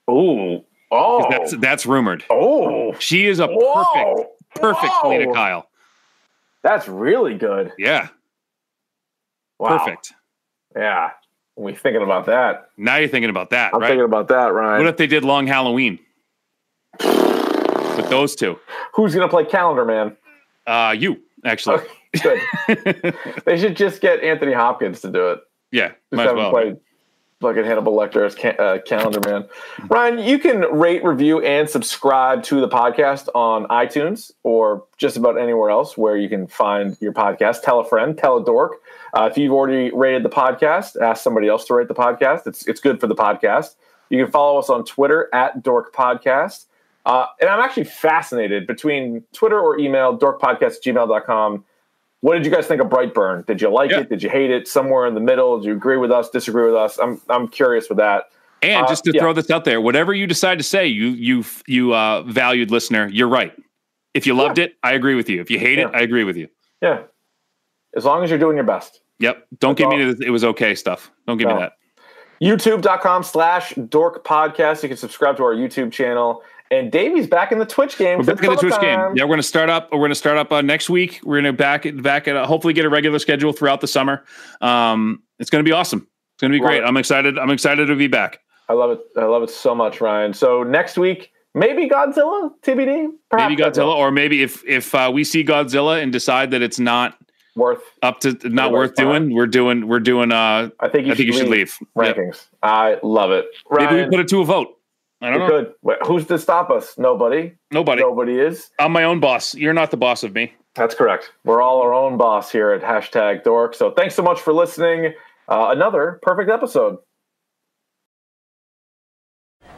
C: Ooh. Oh.
D: 'Cause That's that's rumored.
C: oh.
D: She is a
C: Whoa.
D: perfect, perfect
C: Whoa.
D: Selena Kyle.
C: That's really good.
D: Yeah,
C: Wow.
D: perfect.
C: Yeah. We're thinking about that.
D: Now you're thinking about that,
C: I'm
D: right?
C: thinking about that,
D: what
C: Ryan.
D: if they did Long Halloween with those two?
C: Who's going to play Calendar Man?
D: Uh, you actually,
C: Good. they should just get Anthony Hopkins to do it.
D: yeah,
C: Just
D: might as
C: haven't
D: well.
C: played fucking Hannibal Lecter as ca- uh, Calendar Man. Ryan, you can rate, review, and subscribe to the podcast on iTunes or just about anywhere else where you can find your podcast. Tell a friend, tell a dork. Uh, if you've already rated the podcast, ask somebody else to rate the podcast. It's it's good for the podcast. You can follow us on Twitter at Dork Podcast. Uh, and I'm actually fascinated between Twitter or email, dorkpodcast@gmail.com. What did you guys think of Brightburn? Did you like
D: Yeah.
C: it? Did you hate it? Somewhere in the middle? Do you agree with us? Disagree with us? I'm I'm curious with that.
D: And
C: Uh,
D: just to
C: yeah.
D: throw this out there, whatever you decide to say, you you you uh, valued listener, you're right. If you loved it, I agree with you. If you hate it,
C: Yeah.
D: I agree with you.
C: Yeah, as long as you're doing your best.
D: Yep. Don't give
C: all.
D: me the, it was okay stuff. Don't give
C: No.
D: me that.
C: YouTube.com slash Dork Podcast. You can subscribe to our YouTube channel. And Davey's back in the Twitch game.
D: We're
C: for
D: back in the Twitch game.
C: summertime.
D: Yeah, we're gonna start up. We're gonna start up uh, next week. We're gonna back it back at hopefully get a regular schedule throughout the summer. Um, it's gonna be awesome. It's gonna be
C: Love
D: great.
C: it.
D: I'm excited. I'm excited to be back.
C: I love it. I love it so much, Ryan. So next week, maybe Godzilla, TBD.
D: Maybe Godzilla, or maybe if if uh, we see Godzilla and decide that it's not
C: worth.
D: Up to not
C: Yeah,
D: worth
C: that's fine.
D: doing. We're doing. We're doing. Uh,
C: I think you,
D: I think you should leave. Yep.
C: rankings. I love it. Ryan,
D: Maybe we put it to a vote. I don't
C: you
D: know.
C: could. Wait, who's to stop us? Nobody.
D: Nobody.
C: Nobody is.
D: I'm my own boss. You're not the boss of me.
C: That's correct. We're all our own boss here at hashtag Dork. So thanks so much for listening. Uh, another perfect episode.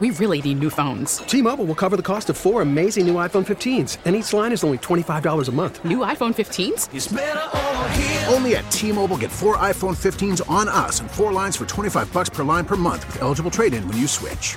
F: We really need new phones.
G: T-Mobile will cover the cost of four amazing new iPhone 15s, and each line is only $25 a month.
F: New iPhone 15s?
H: Only at T-Mobile, get four iPhone 15s on us and four lines for 25 bucks per line per month with eligible trade-in when you switch.